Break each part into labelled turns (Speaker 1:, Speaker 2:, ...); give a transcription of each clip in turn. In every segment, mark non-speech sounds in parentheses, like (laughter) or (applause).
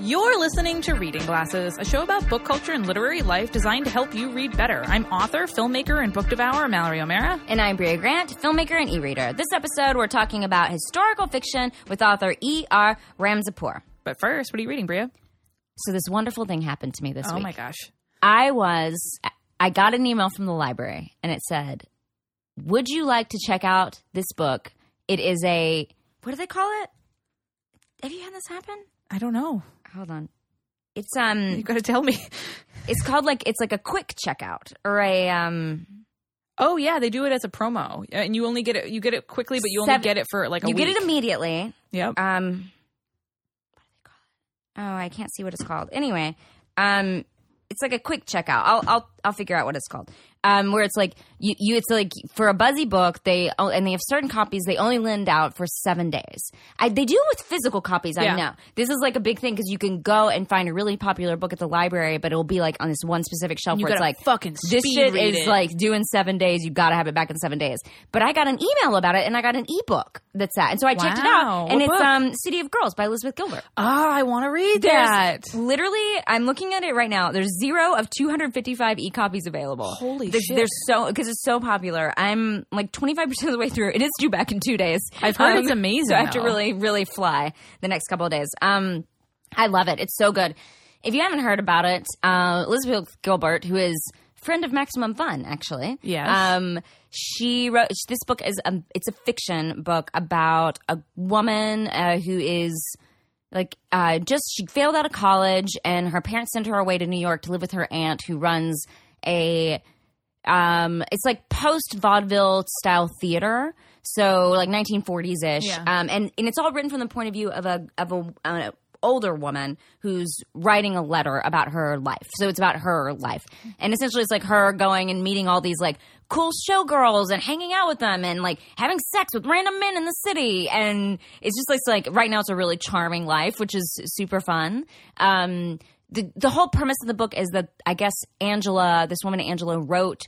Speaker 1: You're listening to Reading Glasses, a show about book culture and literary life designed to help you read better. I'm author, filmmaker, and book devourer Mallory O'Mara.
Speaker 2: And I'm Bria Grant, filmmaker and e-reader. This episode, we're talking about historical fiction with author E.R. Ramzapur.
Speaker 1: But first, what are you reading, Bria?
Speaker 2: So this wonderful thing happened to me this
Speaker 1: oh
Speaker 2: week.
Speaker 1: my gosh.
Speaker 2: I was I got an email from the library and it said, "Would you like to check out this book? It is a what do they call it? Have you had this happen?
Speaker 1: I don't know. (laughs)
Speaker 2: Hold on. It's um
Speaker 1: You gotta tell me.
Speaker 2: it's called like it's like a quick checkout or a um
Speaker 1: Oh yeah, they do it as a promo. And you only get it you get it quickly, but you only
Speaker 2: Seven-
Speaker 1: get it for like a
Speaker 2: you
Speaker 1: week.
Speaker 2: get it immediately.
Speaker 1: yep.
Speaker 2: Um what do they call it? Oh, I can't see what it's called. Anyway, um it's like a quick checkout. I'll I'll I'll figure out what it's called. Um, where it's like you, you it's like for a buzzy book they oh, and they have certain copies they only lend out for seven days. I, they do with physical copies.
Speaker 1: Yeah.
Speaker 2: I know this is like a big thing because you can go and find a really popular book at the library, but it'll be like on this one specific shelf
Speaker 1: You
Speaker 2: where it's
Speaker 1: gotta
Speaker 2: like
Speaker 1: fucking
Speaker 2: this
Speaker 1: speed
Speaker 2: shit
Speaker 1: read
Speaker 2: is
Speaker 1: it.
Speaker 2: like due in seven days. You got to have it back in seven days. But I got an email about it and I got an ebook that's that, and so I checked it
Speaker 1: Wow.
Speaker 2: out and
Speaker 1: What
Speaker 2: it's
Speaker 1: book?
Speaker 2: um City of Girls by Elizabeth Gilbert.
Speaker 1: Ah, I wanna read
Speaker 2: There's
Speaker 1: that.
Speaker 2: Literally, I'm looking at it right now. There's zero of 255 e copies available.
Speaker 1: Holy
Speaker 2: there's,
Speaker 1: shit.
Speaker 2: There's so because it's so popular. I'm like 25 percent of the way through. It is due back in two days. Um,
Speaker 1: I've heard it's amazing,
Speaker 2: So I have to
Speaker 1: though.
Speaker 2: really, really fly the next couple of days. Um, I love it. It's so good. If you haven't heard about it, uh, Elizabeth Gilbert, who is friend of Maximum Fun, actually.
Speaker 1: Yes.
Speaker 2: Um, she wrote this book is a, it's a fiction book about a woman uh, who is like uh, just she failed out of college and her parents sent her away to new york to live with her aunt who runs a um it's like post vaudeville style theater so like 1940s ish
Speaker 1: Yeah.
Speaker 2: um and and it's all written from the point of view of a of a an older woman who's writing a letter about her life so it's about her life and essentially it's like her going and meeting all these like cool showgirls and hanging out with them and like having sex with random men in the city and it's just it's like right now it's a really charming life which is super fun um the, the whole premise of the book is that I guess Angela, this woman Angela, wrote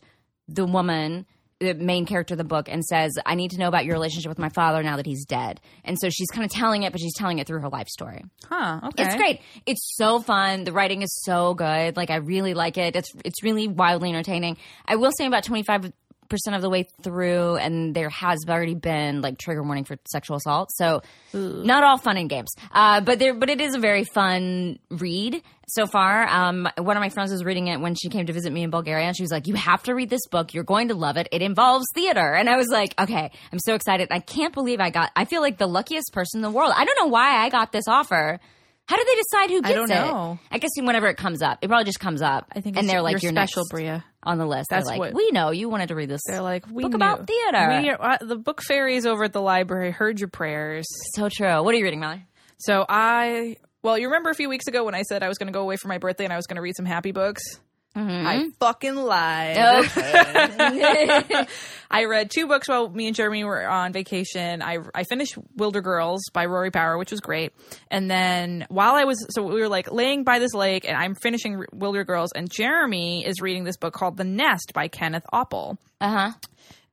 Speaker 2: the woman, the main character of the book, and says, I need to know about your relationship with my father now that he's dead. And so she's kind of telling it, but she's telling it through her life story.
Speaker 1: Huh, okay.
Speaker 2: It's great. It's so fun. The writing is so good. Like I really like it. It's it's really wildly entertaining. I will say I'm about 25 percent of the way through and there has already been like trigger warning for sexual assault so not all fun and games uh, but there but it is a very fun read so far um, one of my friends was reading it when she came to visit me in bulgaria and she was like you have to read this book you're going to love it it involves theater and i was like okay i'm so excited i can't believe i got i feel like the luckiest person in the world i don't know why i got this offer how do they decide who gets
Speaker 1: I don't
Speaker 2: it?
Speaker 1: know.
Speaker 2: I guess whenever it comes up, it probably just comes up.
Speaker 1: I think
Speaker 2: and
Speaker 1: it's-
Speaker 2: they're like,
Speaker 1: you're
Speaker 2: "You're
Speaker 1: special,
Speaker 2: next
Speaker 1: Bria.
Speaker 2: on the list."
Speaker 1: That's
Speaker 2: they're
Speaker 1: what-
Speaker 2: like, "We know you wanted to read this."
Speaker 1: They're like we
Speaker 2: book
Speaker 1: knew.
Speaker 2: about theater.
Speaker 1: We, uh, the book fairies over at the library heard your prayers.
Speaker 2: so true. What are you reading, Molly?
Speaker 1: So I, well, you remember a few weeks ago when I said I was going to go away for my birthday and I was going to read some happy books?
Speaker 2: Mm-hmm.
Speaker 1: I fucking lied.
Speaker 2: Okay.
Speaker 1: (laughs) I read two books while me and Jeremy were on vacation. I, I finished Wilder Girls by Rory Power, which was great. And then while I was, so we were like laying by this lake and I'm finishing R- Wilder Girls and Jeremy is reading this book called The Nest by Kenneth Opple.
Speaker 2: uh huh.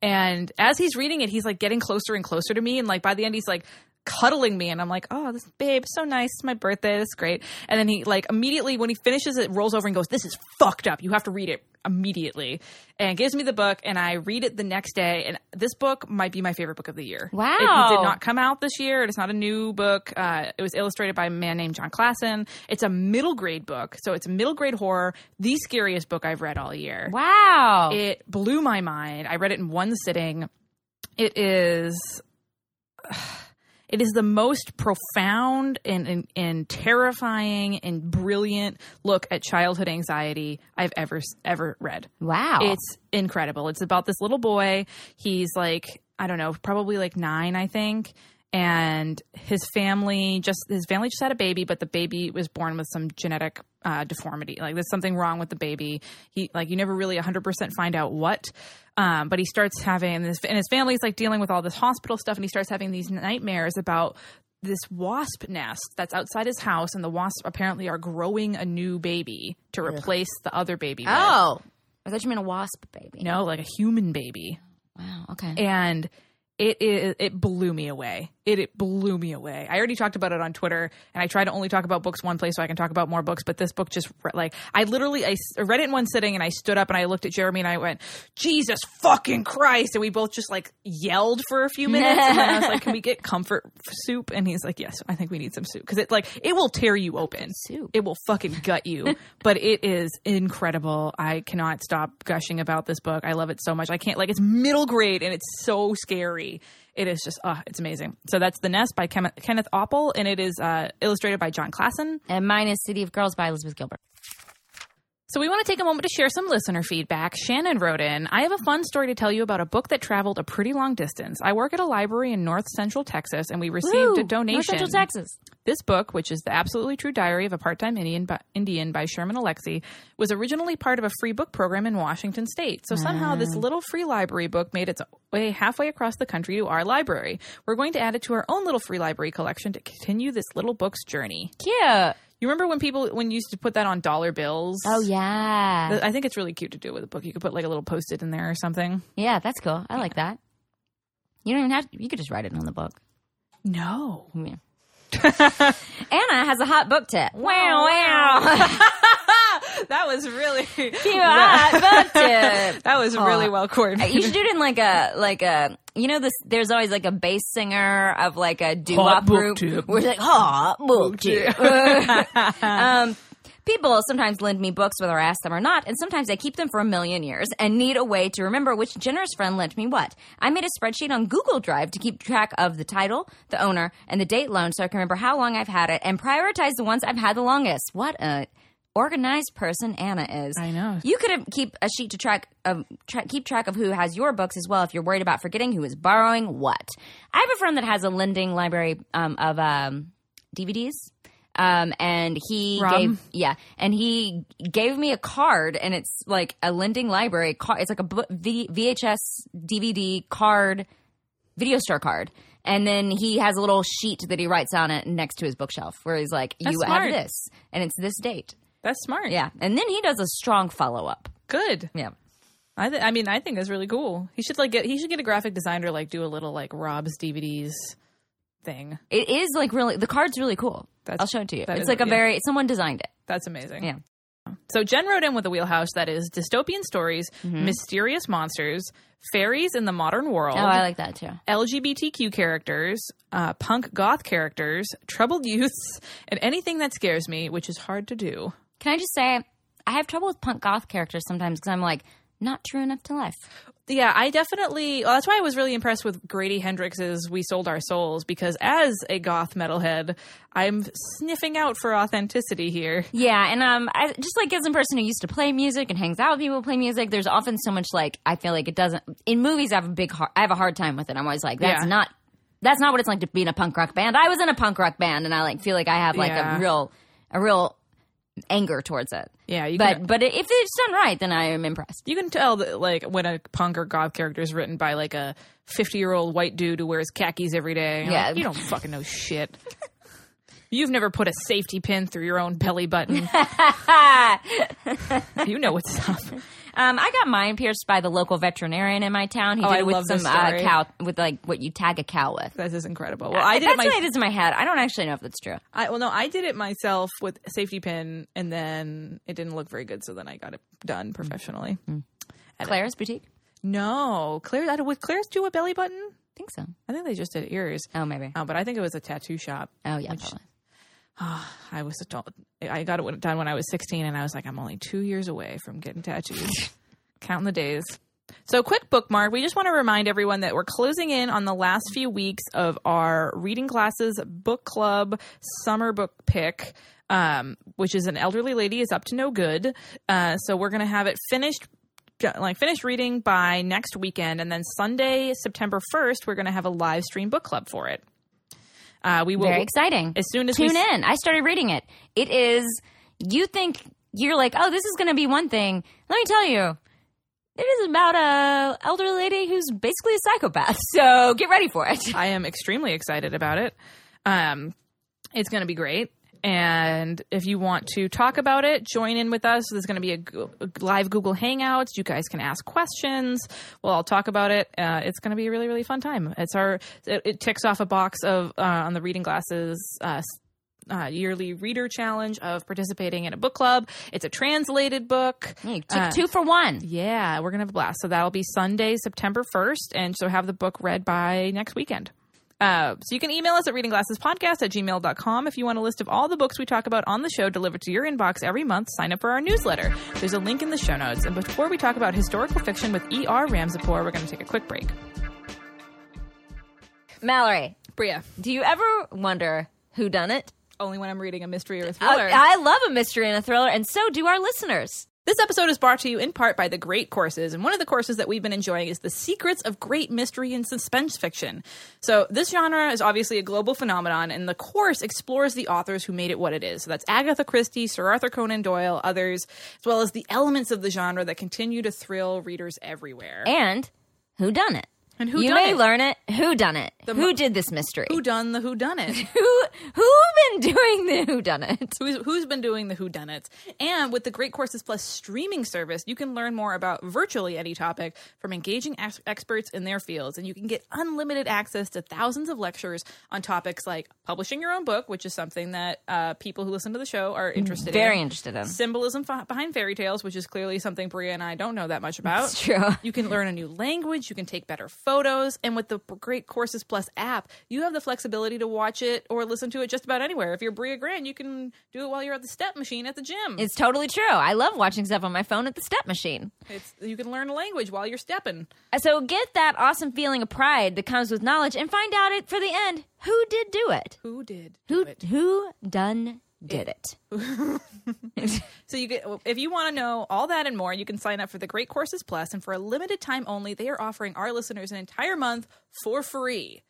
Speaker 1: And as he's reading it, he's like getting closer and closer to me. And like by the end, he's like cuddling me. And I'm like, oh, this babe, so nice. It's my birthday. This is great. And then he like immediately when he finishes it, rolls over and goes, this is fucked up. You have to read it immediately. And gives me the book. And I read it the next day. And this book might be my favorite book of the year.
Speaker 2: Wow.
Speaker 1: It did not come out this year. It is not a new book. Uh, it was illustrated by a man named John Klassen. It's a middle grade book. So it's middle grade horror, the scariest book I've read all year.
Speaker 2: Wow.
Speaker 1: It blew my mind. I read it in one sitting. It is (sighs) it is the most profound and, and, and terrifying and brilliant look at childhood anxiety I've ever ever read.
Speaker 2: wow.
Speaker 1: It's incredible. It's about this little boy. He's like, I don't know, probably like nine, I think. And his family just his family just had a baby, but the baby was born with some genetic uh, deformity. Like there's something wrong with the baby. He like you never really 100 percent find out what. Um, but he starts having this, and his family's like dealing with all this hospital stuff, and he starts having these nightmares about this wasp nest that's outside his house, and the wasps apparently are growing a new baby to replace the other baby. with.
Speaker 2: oh, I thought you meant a wasp baby.
Speaker 1: No, like a human baby.
Speaker 2: Wow. Okay.
Speaker 1: And it it, it blew me away. It, it blew me away. I already talked about it on Twitter, and I try to only talk about books one place so I can talk about more books. But this book just re- like I literally I s- read it in one sitting, and I stood up and I looked at Jeremy and I went, "Jesus fucking Christ!" And we both just like yelled for a few minutes, and then I was like, "Can we get comfort f- soup?" And he's like, "Yes, I think we need some soup because it like it will tear you open.
Speaker 2: Soup.
Speaker 1: It will fucking gut
Speaker 2: (laughs)
Speaker 1: you, but it is incredible. I cannot stop gushing about this book. I love it so much. I can't like it's middle grade and it's so scary. It is just uh, it's amazing. So that's The Nest by Kem- Kenneth Opple and it is uh, illustrated by John Klassen.
Speaker 2: And mine is City of Girls by Elizabeth Gilbert.
Speaker 1: So we want to take a moment to share some listener feedback. Shannon wrote in, I have a fun story to tell you about a book that traveled a pretty long distance. I work at a library in North Central Texas and we received
Speaker 2: Woo!
Speaker 1: a donation.
Speaker 2: North Central Texas.
Speaker 1: This book, which is The Absolutely True Diary of a Part-Time Indian by, Indian by Sherman Alexie, was originally part of a free book program in Washington state. So somehow this little free library book made its way halfway across the country to our library. We're going to add it to our own little free library collection to continue this little book's journey.
Speaker 2: Cute.
Speaker 1: You remember when people when you used to put that on dollar bills?
Speaker 2: Oh yeah.
Speaker 1: I think it's really cute to do with a book. You could put like a little post-it in there or something.
Speaker 2: yeah, that's cool. I like that. You don't even have to, you could just write it on the book.
Speaker 1: No. (laughs)
Speaker 2: Yeah. Anna has a hot book tip. Wow, Oh, wow.
Speaker 1: (laughs) That was really (laughs)
Speaker 2: Cute hot book tip.
Speaker 1: That was really
Speaker 2: Aw.
Speaker 1: well
Speaker 2: Uh,
Speaker 1: coordinated.
Speaker 2: You should do it in like a like a you know this. There's always like a bass singer of like a doo wop
Speaker 1: Hot book
Speaker 2: group.
Speaker 1: tip.
Speaker 2: We're like hot book tip. um, people sometimes lend me books whether I ask them or not, and sometimes I keep them for a million years and need a way to remember which generous friend lent me what. I made a spreadsheet on Google Drive to keep track of the title, the owner, and the date loan, so I can remember how long I've had it and prioritize the ones I've had the longest. What a organized person Anna is.
Speaker 1: I know.
Speaker 2: You could have- keep a sheet to track of tra- keep track of who has your books as well if you're worried about forgetting who is borrowing what. I have a friend that has a lending library um, of um, DVDs. Um, and he
Speaker 1: Rob?
Speaker 2: gave yeah, and he gave me a card, and it's like a lending library card. It's like a bu- V- VHS DVD card, video store card, and then he has a little sheet that he writes on it next to his bookshelf, where he's like, "You
Speaker 1: smart.
Speaker 2: have this, and it's this date."
Speaker 1: That's smart.
Speaker 2: Yeah, and then he does a strong follow up.
Speaker 1: Good.
Speaker 2: Yeah.
Speaker 1: I, th- I mean, I think that's really cool. He should like get he should get a graphic designer like do a little like Rob's DVDs thing.
Speaker 2: It is like really the card's really cool.
Speaker 1: That's-
Speaker 2: I'll show it to you.
Speaker 1: that
Speaker 2: It's
Speaker 1: is-
Speaker 2: like a
Speaker 1: yeah.
Speaker 2: very someone designed it.
Speaker 1: That's amazing.
Speaker 2: Yeah.
Speaker 1: So Jen wrote in with a wheelhouse that is dystopian stories, mysterious monsters, fairies in the modern world,
Speaker 2: Mm-hmm. Oh, I like that too.
Speaker 1: LGBTQ characters, uh, punk goth characters, troubled (laughs) youths, and anything that scares me, which is hard to do.
Speaker 2: Can I just say I have trouble with punk goth characters sometimes because I'm like not true enough to life.
Speaker 1: yeah, I definitely. Well, that's why I was really impressed with Grady Hendrix's "We Sold Our Souls" because as a goth metalhead, I'm sniffing out for authenticity here.
Speaker 2: Yeah, and um, I, just like as a person who used to play music and hangs out with people who play music, there's often so much like I feel like it doesn't in movies. I have a big har I have a hard time with it. I'm always like that's
Speaker 1: Yeah.
Speaker 2: not that's not what it's like to be in a punk rock band. I was in a punk rock band, and I like feel like I have like
Speaker 1: Yeah.
Speaker 2: a real a real anger towards it.
Speaker 1: Yeah, you
Speaker 2: but
Speaker 1: can,
Speaker 2: but if it's done right, then I am impressed.
Speaker 1: you can tell that like when a punk or goth character is written by like a 50 year old white dude who wears khakis every day. I'm
Speaker 2: Yeah.
Speaker 1: like, you don't fucking know shit. (laughs) You've never put a safety pin through your own belly
Speaker 2: (laughs)
Speaker 1: button. you know what's up.
Speaker 2: Um, I got mine pierced by the local veterinarian in my town. He
Speaker 1: Oh,
Speaker 2: did
Speaker 1: I
Speaker 2: it with
Speaker 1: love
Speaker 2: some
Speaker 1: this
Speaker 2: uh,
Speaker 1: story.
Speaker 2: cow with like what you tag a cow with.
Speaker 1: This is incredible. Well, I did it
Speaker 2: that's
Speaker 1: my-
Speaker 2: what it is in my head. I don't actually know if that's true.
Speaker 1: I well no, I did it myself with a safety pin, and then it didn't look very good, so then I got it done professionally.
Speaker 2: Claire's boutique.
Speaker 1: No, Claire, I don't- would Claire's do a belly button?
Speaker 2: I think so.
Speaker 1: I think they just did ears.
Speaker 2: Oh, maybe.
Speaker 1: Uh, but I think it was a tattoo shop.
Speaker 2: Oh, yeah. probably.
Speaker 1: I was told I got it done when I was 16, and I was like, I'm only two years away from getting
Speaker 2: (laughs)
Speaker 1: tattoos. Counting the days. So, quick bookmark. We just want to remind everyone that we're closing in on the last few weeks of our reading classes book club summer book pick, um, which is an elderly lady is up to no good. Uh, so, we're going to have it finished like finish reading by next weekend and then sunday september 1st we're going to have a live stream book club for it uh, we will
Speaker 2: Very exciting.
Speaker 1: as soon as we
Speaker 2: Tune in. I started reading it. It is, you think, you're like, oh, this is going to be one thing. Let me tell you. It is about a elderly lady who's basically a psychopath. (laughs) So get ready for it.
Speaker 1: I am extremely excited about it. Um, it's going to be great. And if you want to talk about it, join in with us. There's going to be a, Goo- a live Google Hangouts. You guys can ask questions. We'll all talk about it. Uh, it's going to be a really, really fun time. It's our it, it ticks off a box of uh, on the reading glasses. Uh, s- uh, yearly reader challenge of participating in a book club. It's a translated book.
Speaker 2: Hey, took
Speaker 1: Uh,
Speaker 2: two for one.
Speaker 1: Yeah, we're going to have a blast. So that'll be Sunday, September 1st. And so have the book read by next weekend. Uh, so you can email us at readingglassespodcast at gmail.com if you want a list of all the books we talk about on the show delivered to your inbox every month sign up for our newsletter there's a link in the show notes and before we talk about historical fiction with er ramsapur we're going to take a quick break
Speaker 2: Mallory,
Speaker 1: bria
Speaker 2: do you ever wonder who done it? Oh,
Speaker 1: only when i'm reading a mystery or a thriller
Speaker 2: I, I love a mystery and a thriller, and so do our listeners.
Speaker 1: This episode is brought to you in part by the great courses, and one of the courses that we've been enjoying is The Secrets of Great Mystery and Suspense Fiction. So, this genre is obviously a global phenomenon, and the course explores the authors who made it what it is. So, that's Agatha Christie, Sir Arthur Conan Doyle, others, as well as the elements of the genre that continue to thrill readers everywhere.
Speaker 2: And who done it?
Speaker 1: And who
Speaker 2: you
Speaker 1: done
Speaker 2: may
Speaker 1: it?
Speaker 2: learn it. Who done it? who
Speaker 1: mo-
Speaker 2: did this mystery?
Speaker 1: who done the who done it?
Speaker 2: who who been doing the who done it?
Speaker 1: who's who's been doing the whodunits. And with the Great Courses Plus streaming service, you can learn more about virtually any topic from engaging ex- experts in their fields, and you can get unlimited access to thousands of lectures on topics like publishing your own book, which is something that uh, people who listen to the show are interested in.
Speaker 2: Very interested in.
Speaker 1: Symbolism f- behind fairy tales, which is clearly something Bria and I don't know that much about.
Speaker 2: It's
Speaker 1: (laughs)
Speaker 2: true.
Speaker 1: You can learn a new language, you can take better photos, and with the Great Courses Plus app, you have the flexibility to watch it or listen to it just about anywhere. If you're Bria Grand, you can do it while you're at the step machine at the gym.
Speaker 2: It's totally true. I love watching stuff on my phone at the step machine.
Speaker 1: It's- you can learn a language while you're stepping.
Speaker 2: So get that awesome feeling of pride that comes with knowledge and find out it for the end who did do it.
Speaker 1: Who did do
Speaker 2: Who
Speaker 1: it?
Speaker 2: who done did it.
Speaker 1: So you get if you want to know all that and more, you can sign up for the Great Courses Plus, and for a limited time only, they are offering our listeners an entire month for free.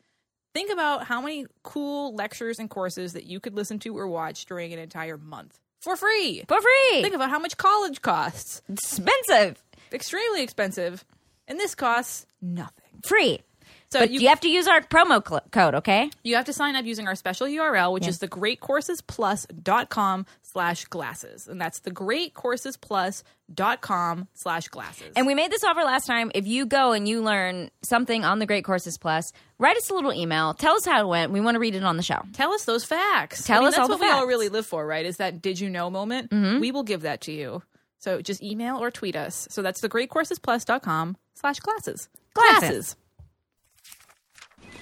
Speaker 1: Think about how many cool lectures and courses that you could listen to or watch during an entire month for free.
Speaker 2: For free.
Speaker 1: Think about how much college costs.
Speaker 2: expensive.
Speaker 1: Extremely expensive, and this costs nothing.
Speaker 2: Free.
Speaker 1: So
Speaker 2: but
Speaker 1: Uh, you-
Speaker 2: you, have to use our promo cl- code, okay?
Speaker 1: You have to sign up using our special URL, which is thegreatcoursesplus.com slash glasses. And that's thegreatcoursesplus.com slash glasses.
Speaker 2: And we made this offer last time. If you go and you learn something on the Great Courses Plus, write us a little email. Tell us how it went. We want to read it on the show.
Speaker 1: Tell us those facts.
Speaker 2: Tell
Speaker 1: I mean,
Speaker 2: us
Speaker 1: that's
Speaker 2: all the
Speaker 1: what we all
Speaker 2: facts. Mm-hmm.
Speaker 1: really live for, right? Is that did you know moment? We will give that to you. So just email or tweet us. So that's thegreatcoursesplus.com slash classes.
Speaker 2: Glasses.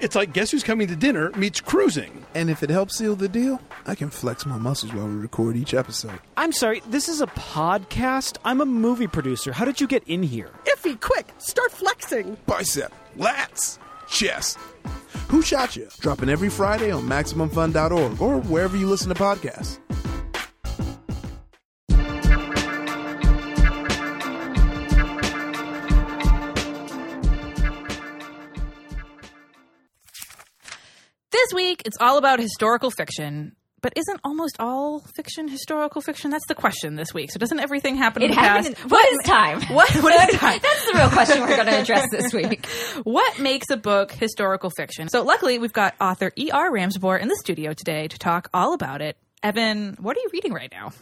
Speaker 3: It's like Guess Who's Coming to Dinner meets Cruising.
Speaker 4: And if it helps seal the deal, I can flex my muscles while we record each episode.
Speaker 5: I'm sorry, this is a podcast? I'm a movie producer. How did you get in here?
Speaker 6: Iffy, quick, start flexing.
Speaker 4: Bicep, lats, chest. Who Shot Ya? Dropping every Friday on MaximumFun.org or wherever you listen to podcasts.
Speaker 1: This week, it's all about historical fiction. But isn't almost all fiction historical fiction? That's the question this week. So doesn't everything happen in
Speaker 2: It
Speaker 1: the past?
Speaker 2: happened. What is time?
Speaker 1: (laughs) What, what
Speaker 2: (laughs)
Speaker 1: is time?
Speaker 2: That's the real question we're going to address
Speaker 1: (laughs)
Speaker 2: this week.
Speaker 1: What makes a book historical fiction? So luckily, we've got author E.R. Ramsbourg in the studio today to talk all about it. Evan, what are you reading right now?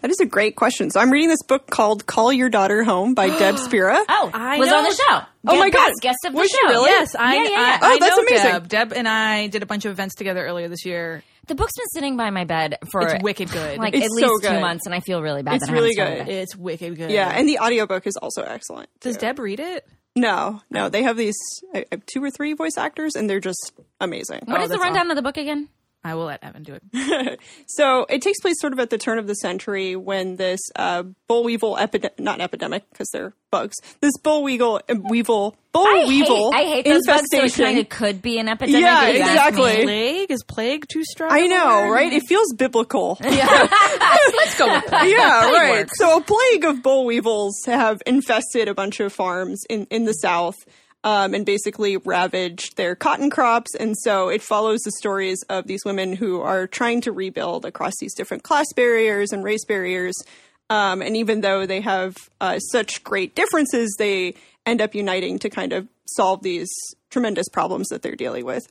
Speaker 6: That is a great question. So I'm reading this book called Call Your Daughter Home by
Speaker 2: (gasps)
Speaker 6: Deb Spira.
Speaker 2: Oh,
Speaker 1: I
Speaker 2: was
Speaker 1: know.
Speaker 2: on the show.
Speaker 6: Oh my God.
Speaker 2: guest of the
Speaker 6: Was she
Speaker 2: show.
Speaker 6: really?
Speaker 1: Yes, I,
Speaker 2: Yeah, yeah, yeah.
Speaker 1: I, I
Speaker 6: Oh, that's
Speaker 1: know
Speaker 6: amazing.
Speaker 1: Deb. Deb and I did a bunch of events together earlier this year.
Speaker 2: the book's been sitting by my bed for
Speaker 1: It's wicked good.
Speaker 2: like
Speaker 6: It's
Speaker 2: at least
Speaker 6: so
Speaker 2: two
Speaker 6: good.
Speaker 2: months, and I feel really bad.
Speaker 6: It's
Speaker 2: that I
Speaker 6: really
Speaker 2: haven't started
Speaker 6: good.
Speaker 2: it.
Speaker 1: it's wicked good.
Speaker 6: Yeah, and the audiobook is also excellent.
Speaker 1: does Deb read it?
Speaker 6: No,
Speaker 2: Oh.
Speaker 6: no, uh, they have these I, I have two or three voice actors, and they're just amazing.
Speaker 2: What is the
Speaker 1: that's
Speaker 2: rundown of the book again?
Speaker 1: I will let Evan do it.
Speaker 6: So it takes place sort of at the turn of the century when this uh, boll weevil epidemic, not epidemic because they're bugs, this boll weevil, weevil, boll
Speaker 2: I
Speaker 6: weevil
Speaker 2: hate, I hate those bugs. So it
Speaker 6: infestation.
Speaker 2: kind of could be an epidemic.
Speaker 6: Yeah,
Speaker 2: It does
Speaker 6: exactly.
Speaker 2: mean-
Speaker 1: Plague is plague too strong.
Speaker 6: I know, right? It feels
Speaker 1: (laughs)
Speaker 6: biblical.
Speaker 1: Let's go with plague.
Speaker 6: yeah,
Speaker 1: Plague
Speaker 6: right.
Speaker 1: works.
Speaker 6: So a plague of boll weevils have infested a bunch of farms in, in the South um, and basically ravaged their cotton crops. And so it follows the stories of these women who are trying to rebuild across these different class barriers and race barriers. Um, and even though they have uh, such great differences, they end up uniting to kind of solve these tremendous problems that they're dealing with.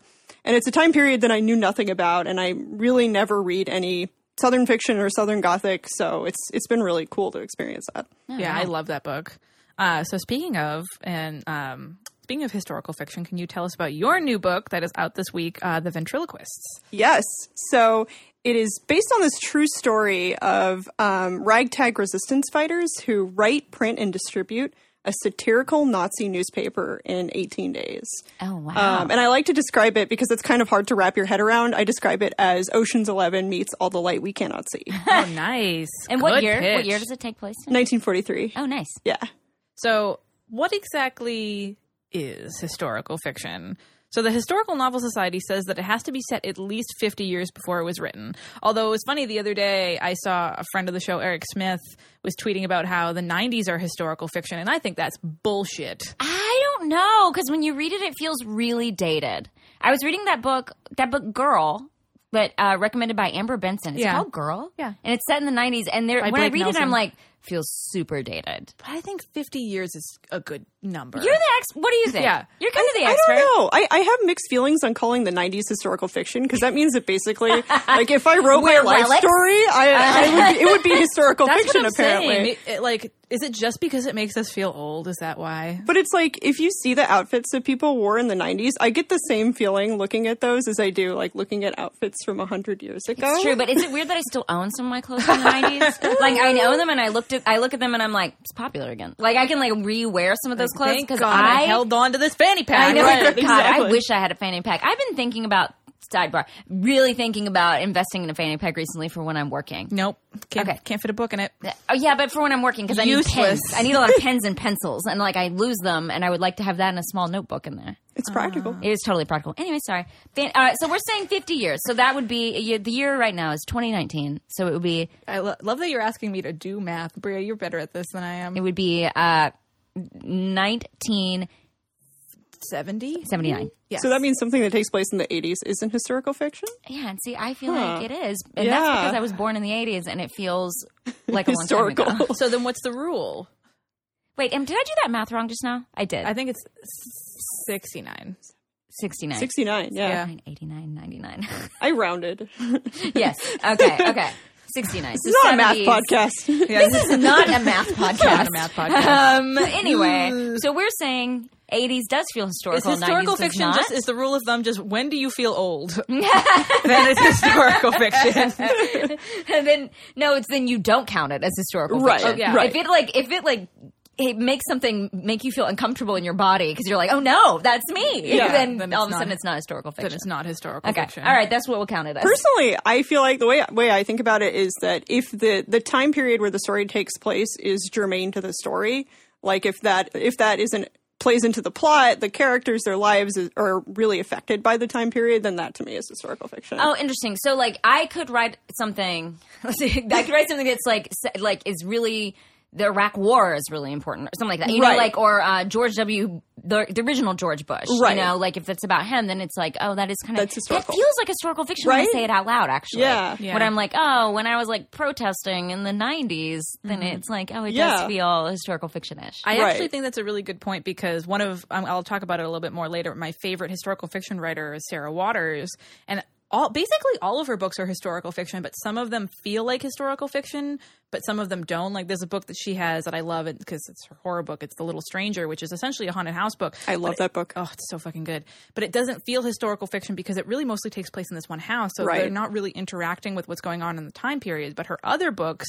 Speaker 6: And it's a time period that I knew nothing about, and I really never read any Southern fiction or Southern Gothic, so it's it's been really cool to experience that.
Speaker 1: Yeah, I love that book. Uh, so speaking of and um, speaking of historical fiction, can you tell us about your new book that is out this week, uh, The
Speaker 2: (laughs)
Speaker 1: Ventriloquists?
Speaker 6: Yes, so it is based on this true story of um, ragtag resistance fighters who write, print, and distribute a satirical Nazi newspaper in 18 days.
Speaker 2: Oh wow.
Speaker 6: Um, and I like to describe it because it's kind of hard to wrap your head around. I describe it as Ocean's Eleven meets All the Light We Cannot
Speaker 2: (laughs)
Speaker 6: See,
Speaker 1: Oh, nice.
Speaker 2: and what
Speaker 1: Good
Speaker 2: year? What
Speaker 1: pitch.
Speaker 2: year does it take place? In?
Speaker 6: 1943.
Speaker 2: Oh, nice.
Speaker 6: Yeah.
Speaker 1: So, what exactly is historical fiction? So, the Historical Novel Society says that it has to be set at least 50 years before it was written. Although it was funny, the other day I saw a friend of the show, Eric Smith, was tweeting about how the 90s are historical fiction, and I think that's bullshit.
Speaker 2: I don't know because when you read it, it feels really dated. I was reading that book, that book, Girl, but uh, recommended by Amber Benson. It's
Speaker 1: Yeah.
Speaker 2: called Girl,
Speaker 1: Yeah.
Speaker 2: and it's set in the '90s. And there,
Speaker 1: By
Speaker 2: when I
Speaker 1: Blake
Speaker 2: read it,
Speaker 1: Nelson.
Speaker 2: I'm like, feels super dated.
Speaker 1: But I think 50 years is a good number.
Speaker 2: You're the ex. What do you think?
Speaker 1: Yeah.
Speaker 2: you're kind of the
Speaker 6: I
Speaker 2: expert.
Speaker 6: don't know. I, I have mixed feelings on calling the '90s historical fiction because that means that
Speaker 2: (laughs)
Speaker 6: basically, like, if I wrote my
Speaker 2: We're
Speaker 6: life
Speaker 2: relics.
Speaker 6: story, I, I would, it would
Speaker 2: (laughs)
Speaker 6: be historical fiction, apparently.
Speaker 1: It- it, like, is it just because it makes us feel old? Is that why?
Speaker 6: But it's like if you see the outfits that people wore in the '90s, I get the same feeling looking at those as I do like looking at outfits from hundred years ago.
Speaker 2: It's true, but is it weird that I still own some of my clothes from the
Speaker 1: (laughs)
Speaker 2: nineties? like I own them, and I looked at I look at them, and I'm like, it's popular again. Like I can like rewear some of those clothes
Speaker 1: Thank
Speaker 2: because
Speaker 1: God I,
Speaker 2: I,
Speaker 1: held on to this fanny pack.
Speaker 2: I know.
Speaker 1: Right.
Speaker 2: (laughs) God, I
Speaker 6: exactly.
Speaker 2: wish I had a fanny pack. I've been thinking about sidebar, really thinking about investing in a fanny pack recently for when I'm working.
Speaker 1: Nope. Can't,
Speaker 2: Okay.
Speaker 1: can't fit a book in it.
Speaker 2: Oh yeah, but for when I'm working because I need
Speaker 1: Useless.
Speaker 2: pens. I need a (laughs) lot of pens and pencils, and like I lose them, and I would like to have that in a small notebook in there.
Speaker 6: It's practical.
Speaker 2: It is totally practical. Anyway, sorry. Fan- all right, so we're saying 50 years. So that would be yeah, the year right now is 2019. So it would be
Speaker 1: I lo- love that you're asking me to do math, Bria. You're better at this than I am.
Speaker 2: it would be uh 1979.
Speaker 1: Seventy. Yes.
Speaker 6: So that means something that takes place in the '80s isn't historical fiction.
Speaker 2: Yeah, and see, I feel like it is, and
Speaker 6: Yeah.
Speaker 2: that's because I was born in the 80s, and it feels like a long time
Speaker 6: Historical.
Speaker 2: ago.
Speaker 1: So then, what's the rule?
Speaker 2: Wait, and did I do that math wrong just now? I did.
Speaker 1: I think it's sixty-nine.
Speaker 2: 69.
Speaker 6: Sixty-nine. Yeah.
Speaker 2: 89,
Speaker 1: (laughs)
Speaker 2: 99. (laughs)
Speaker 6: I rounded.
Speaker 2: yes. Okay. Okay. 69. So
Speaker 6: It's not a math
Speaker 2: 70s.
Speaker 6: podcast.
Speaker 1: Yeah,
Speaker 2: This is not a math
Speaker 1: (laughs)
Speaker 2: podcast.
Speaker 1: Not a math podcast.
Speaker 2: Um, anyway, so we're saying 80s does feel
Speaker 1: Mm. is (laughs)
Speaker 2: historical. 90s
Speaker 1: historical
Speaker 2: does
Speaker 1: fiction
Speaker 2: not.
Speaker 1: just is the rule of thumb? Just when do you feel old? (laughs) that (laughs) is historical fiction.
Speaker 2: (laughs) and then no, it's then you don't count it as historical
Speaker 6: Right,
Speaker 2: fiction.
Speaker 1: yeah. right.
Speaker 2: If it like if it like it makes something make you feel uncomfortable in your body because you're like, oh no, that's me.
Speaker 1: Yeah,
Speaker 2: then,
Speaker 1: then
Speaker 2: all of
Speaker 1: it's
Speaker 2: a sudden
Speaker 1: not-
Speaker 2: it's not historical
Speaker 1: But
Speaker 2: fiction.
Speaker 1: it's not historical
Speaker 2: Okay.
Speaker 1: fiction.
Speaker 2: All right, that's what we'll count it as.
Speaker 6: personally i feel like the way way i think about it is that if the the time period where the story takes place is germane to the story like if that if that isn't plays into the plot the characters their lives is, are really affected by the time period then that to me is historical fiction
Speaker 2: Oh, interesting. So, like, I could write something. (laughs) Let's see, I could write something that's like, s- like, is really the Iraq War is really important, or something like that. You know,
Speaker 6: Right.
Speaker 2: like, or uh, George W. The, the original George Bush.
Speaker 6: Right.
Speaker 2: You know, like if it's about him, then it's like, oh, that is kind of
Speaker 6: That's historical.
Speaker 2: That feels like historical fiction when I
Speaker 6: Right?
Speaker 2: say it out loud. Actually,
Speaker 6: Yeah.
Speaker 1: Yeah.
Speaker 2: When I'm like, oh, when I was like protesting in the '90s, then it's like, oh, it
Speaker 6: Mm-hmm. Yeah.
Speaker 2: does feel historical fiction-ish.
Speaker 1: I
Speaker 6: Right.
Speaker 1: actually think that's a really good point because one of um, I'll talk about it a little bit more later. but My favorite historical fiction writer is Sarah Waters, and all basically all of her books are historical fiction, but some of them feel like historical fiction, but some of them don't. Like there's a book that she has that I love it because it's her horror book. It's The Little Stranger, which is essentially a haunted house book.
Speaker 6: i love that book
Speaker 1: Oh, it's so fucking good. But it doesn't feel historical fiction because it really mostly takes place in this one house. So
Speaker 6: Right.
Speaker 1: they're not really interacting with what's going on in the time period. But her other books,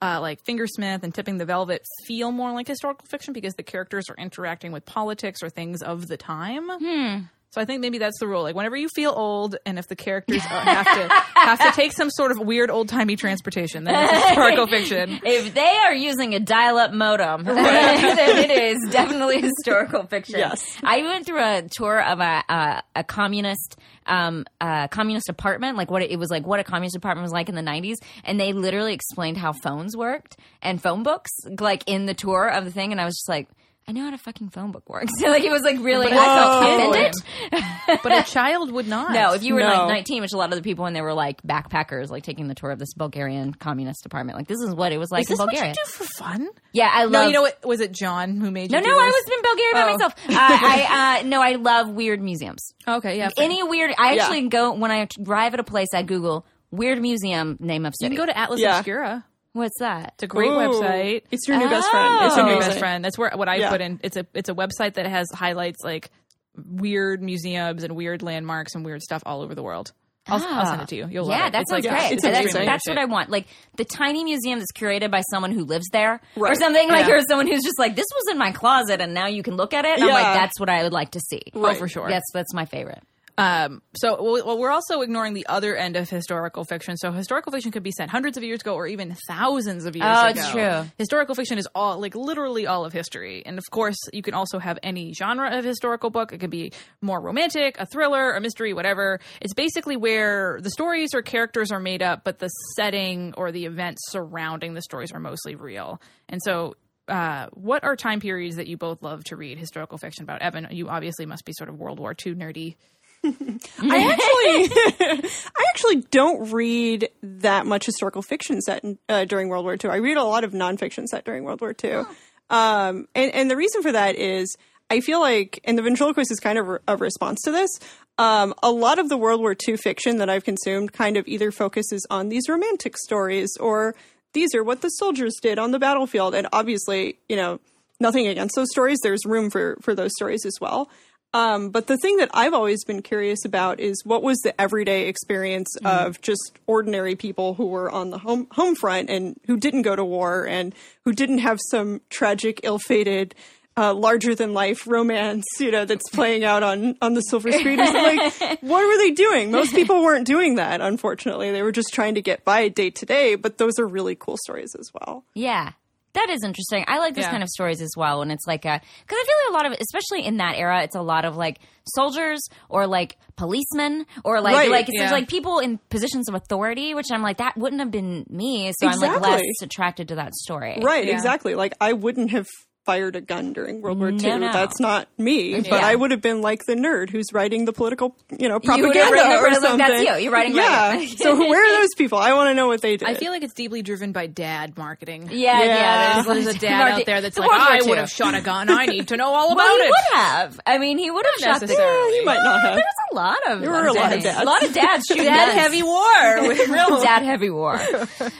Speaker 1: uh, like Fingersmith and Tipping the Velvet, feel
Speaker 2: Hmm.
Speaker 1: more like historical fiction because the characters are interacting with politics or things of the time. So I think maybe that's the rule. Like whenever you feel old, and if the characters
Speaker 2: (laughs)
Speaker 1: are, have to have to take some sort of weird old timey transportation, then it's
Speaker 2: (laughs)
Speaker 1: historical fiction.
Speaker 2: If they are using a dial-up modem, (laughs) then it is definitely historical fiction.
Speaker 6: Yes.
Speaker 2: I went through a tour of a a, a communist um uh communist apartment, like what it, it was like, what a communist apartment was like in the '90s, and they literally explained how phones worked and phone books, like in the tour of the thing, and I was just like. I know how a fucking phone book works. (laughs) like it was like really. I felt
Speaker 1: Whoa.
Speaker 2: offended.
Speaker 1: But a child would not.
Speaker 2: No, if you were
Speaker 6: No.
Speaker 2: like 19, which a lot of the people when they were like backpackers, like taking the tour of this Bulgarian communist apartment, like this is what it was like
Speaker 1: is this
Speaker 2: in
Speaker 1: what you
Speaker 2: Bulgaria.
Speaker 1: do for fun?
Speaker 2: Yeah, I love.
Speaker 1: No, you know what? Was it John who made you?
Speaker 2: No,
Speaker 1: do
Speaker 2: no, I
Speaker 1: this?
Speaker 2: was in Bulgaria by
Speaker 1: Oh.
Speaker 2: myself.
Speaker 1: (laughs)
Speaker 2: Uh, I uh, no, I love weird museums.
Speaker 1: Okay, yeah. fair.
Speaker 2: Any weird? I actually go when I arrive at a place. I Google weird museum name of
Speaker 1: you
Speaker 2: city.
Speaker 1: can go to Atlas
Speaker 6: Yeah.
Speaker 1: Obscura.
Speaker 2: What's that?
Speaker 1: It's a great
Speaker 6: Ooh.
Speaker 1: website.
Speaker 6: It's your new best friend. It's
Speaker 1: It's your new
Speaker 6: amazing.
Speaker 1: best friend. That's where what I
Speaker 6: Yeah.
Speaker 1: put in. It's a it's a website that has highlights like weird museums and weird landmarks and weird stuff all over the world. I'll, I'll send it to you. You'll love
Speaker 2: Ah. yeah,
Speaker 1: it.
Speaker 2: that
Speaker 1: It's
Speaker 2: sounds
Speaker 1: like-
Speaker 2: great.
Speaker 6: it's
Speaker 2: that's
Speaker 6: amazing.
Speaker 2: that's what I want. Like the tiny museum that's curated by someone who lives there or
Speaker 6: Right.
Speaker 2: something. Like
Speaker 1: Yeah.
Speaker 2: or someone who's just like this was in my closet and now you can look at it. And I'm like
Speaker 6: Yeah.
Speaker 2: that's what I would like to see.
Speaker 1: Oh, for sure.
Speaker 2: That's that's my favorite.
Speaker 1: Um, so well, well, we're also ignoring the other end of historical fiction. So historical fiction could be set hundreds of years ago, or even thousands of years
Speaker 2: Oh,
Speaker 1: ago.
Speaker 2: it's true.
Speaker 1: Historical fiction is all like literally all of history, and of course, you can also have any genre of historical book. It could be more romantic, a thriller, a mystery, whatever. It's basically where the stories or characters are made up, but the setting or the events surrounding the stories are mostly real. And so. Uh, what are time periods that you both love to read historical fiction about? Evan, you obviously must be sort of World War II nerdy.
Speaker 6: I actually, (laughs) I actually don't read that much historical fiction set in, uh, during World War II. I read a lot of nonfiction set during World War II, um, and and the reason for that is I feel like, and the ventriloquist is kind of a response to this. Um, a lot of the World War II fiction that I've consumed kind of either focuses on these romantic stories or these are what the soldiers did on the battlefield, and obviously, you know, nothing against those stories. There's room for for those stories as well. Um, but the thing that I've always been curious about is what was the everyday experience of just ordinary people who were on the home home front and who didn't go to war and who didn't have some tragic, ill-fated, uh, larger than life romance, you know, that's playing out on on the silver screen. It's like, what were they doing? Most people weren't doing that, unfortunately. They were just trying to get by day to day. But those are really cool stories as well.
Speaker 2: Yeah. That is interesting. I like this
Speaker 1: Yeah.
Speaker 2: kind of stories as well. And it's like a, because I feel like a lot of, especially in that era, it's a lot of like soldiers or like policemen or like,
Speaker 6: Right,
Speaker 2: like, it's
Speaker 1: yeah.
Speaker 2: like people in positions of authority, which I'm like, that wouldn't have been me. So I'm like less
Speaker 6: Exactly.
Speaker 2: attracted to that story.
Speaker 6: Right,
Speaker 1: Yeah.
Speaker 6: exactly. Like I wouldn't have fired a gun during World War II.
Speaker 2: No, no.
Speaker 6: That's not me. But
Speaker 2: Yeah.
Speaker 6: I would have been like the nerd who's writing the political, you know,
Speaker 2: You would have
Speaker 6: propaganda
Speaker 2: written the
Speaker 6: or
Speaker 2: political-
Speaker 6: something.
Speaker 2: that's you. You're writing
Speaker 6: Yeah.
Speaker 2: propaganda.
Speaker 6: (laughs) so where are those people? I want to know what they did.
Speaker 1: I
Speaker 6: (laughs)
Speaker 1: feel like it's deeply driven by dad marketing.
Speaker 2: Yeah. Yeah.
Speaker 6: Yeah.
Speaker 2: (laughs) there's-
Speaker 1: There's a dad out there that's
Speaker 2: The
Speaker 1: like,
Speaker 2: World War
Speaker 1: I
Speaker 2: II.
Speaker 1: would have shot a gun. I need to know all about
Speaker 2: (laughs) Well, he
Speaker 1: it.
Speaker 2: would have. I mean, he would have shot the
Speaker 1: necessarily.
Speaker 6: he might not have.
Speaker 2: There's a lot of there
Speaker 6: were a lot of dads.
Speaker 2: A lot of dads shooting
Speaker 1: Dad
Speaker 2: guns.
Speaker 1: heavy
Speaker 2: (laughs)
Speaker 1: war with real
Speaker 2: dad heavy war.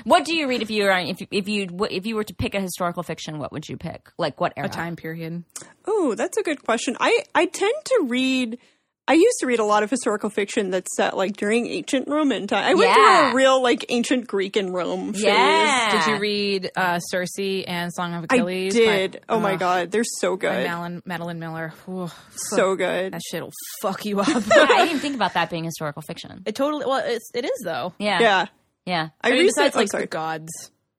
Speaker 2: what do you read if you were if you, if you what- if you were to pick a historical fiction? What would you pick? Like what era?
Speaker 1: time period.
Speaker 6: Oh, that's a good question. I I tend to read. I used to read a lot of historical fiction that's set like during ancient Roman time. I went
Speaker 2: Yeah.
Speaker 6: through a real like ancient Greek and Rome phase.
Speaker 2: Yeah.
Speaker 1: Did you read uh, Circe and Song of
Speaker 6: I
Speaker 1: Achilles? by-
Speaker 6: did. oh my
Speaker 1: Ugh,
Speaker 6: god, they're so
Speaker 1: by
Speaker 6: good.
Speaker 1: Malin, Madeline Miller. Whew.
Speaker 6: So good.
Speaker 1: that shit'll fuck you
Speaker 2: (laughs)
Speaker 1: up. (laughs)
Speaker 2: Yeah, I didn't think about that being historical fiction.
Speaker 1: it totally. Well, it's, it is though.
Speaker 2: Yeah.
Speaker 6: Yeah.
Speaker 2: Yeah.
Speaker 6: I,
Speaker 1: I mean,
Speaker 6: recent-
Speaker 1: besides
Speaker 6: oh,
Speaker 1: like
Speaker 6: sorry.
Speaker 1: the gods.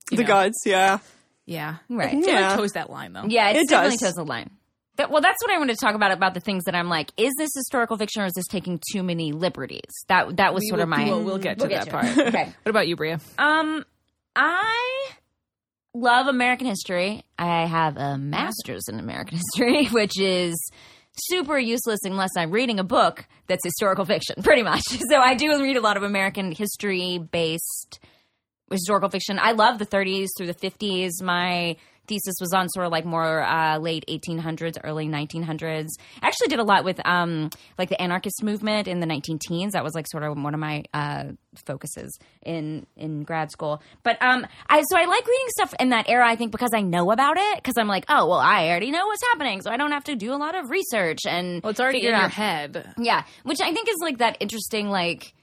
Speaker 1: you
Speaker 6: the
Speaker 1: know.
Speaker 6: gods, yeah.
Speaker 1: Yeah.
Speaker 2: Right.
Speaker 1: It
Speaker 6: Yeah.
Speaker 1: toes that line though.
Speaker 2: Yeah, it's
Speaker 6: It
Speaker 2: definitely
Speaker 6: does.
Speaker 2: toes the line. That, well, that's what I wanted to talk about about the things that I'm like, is this historical fiction or is this taking too many liberties? That that was
Speaker 1: We
Speaker 2: sort of
Speaker 1: will-
Speaker 2: my.
Speaker 1: We'll, we'll get to
Speaker 2: We'll
Speaker 1: that
Speaker 2: get
Speaker 1: part.
Speaker 2: to
Speaker 1: (laughs)
Speaker 2: it. Okay.
Speaker 1: What about you, Bria?
Speaker 2: Um, I love American history. I have a master's in American (laughs) history, which is super useless unless I'm reading a book that's historical fiction, (laughs) pretty much. So I do read a lot of American history based historical fiction. I love the 30s through the 50s. My thesis was on sort of like more uh, late 1800s, early 1900s. I actually did a lot with um, like the anarchist movement in the 19 teens. That was like sort of one of my uh, focuses in in grad school. But um, I so I like reading stuff in that era. I think because I know about it because I'm like, oh well, I already know what's happening, so I don't have to do a lot of research and
Speaker 1: Well, it's already
Speaker 2: figure
Speaker 1: in your
Speaker 2: out-
Speaker 1: head.
Speaker 2: yeah, which I think is like that interesting like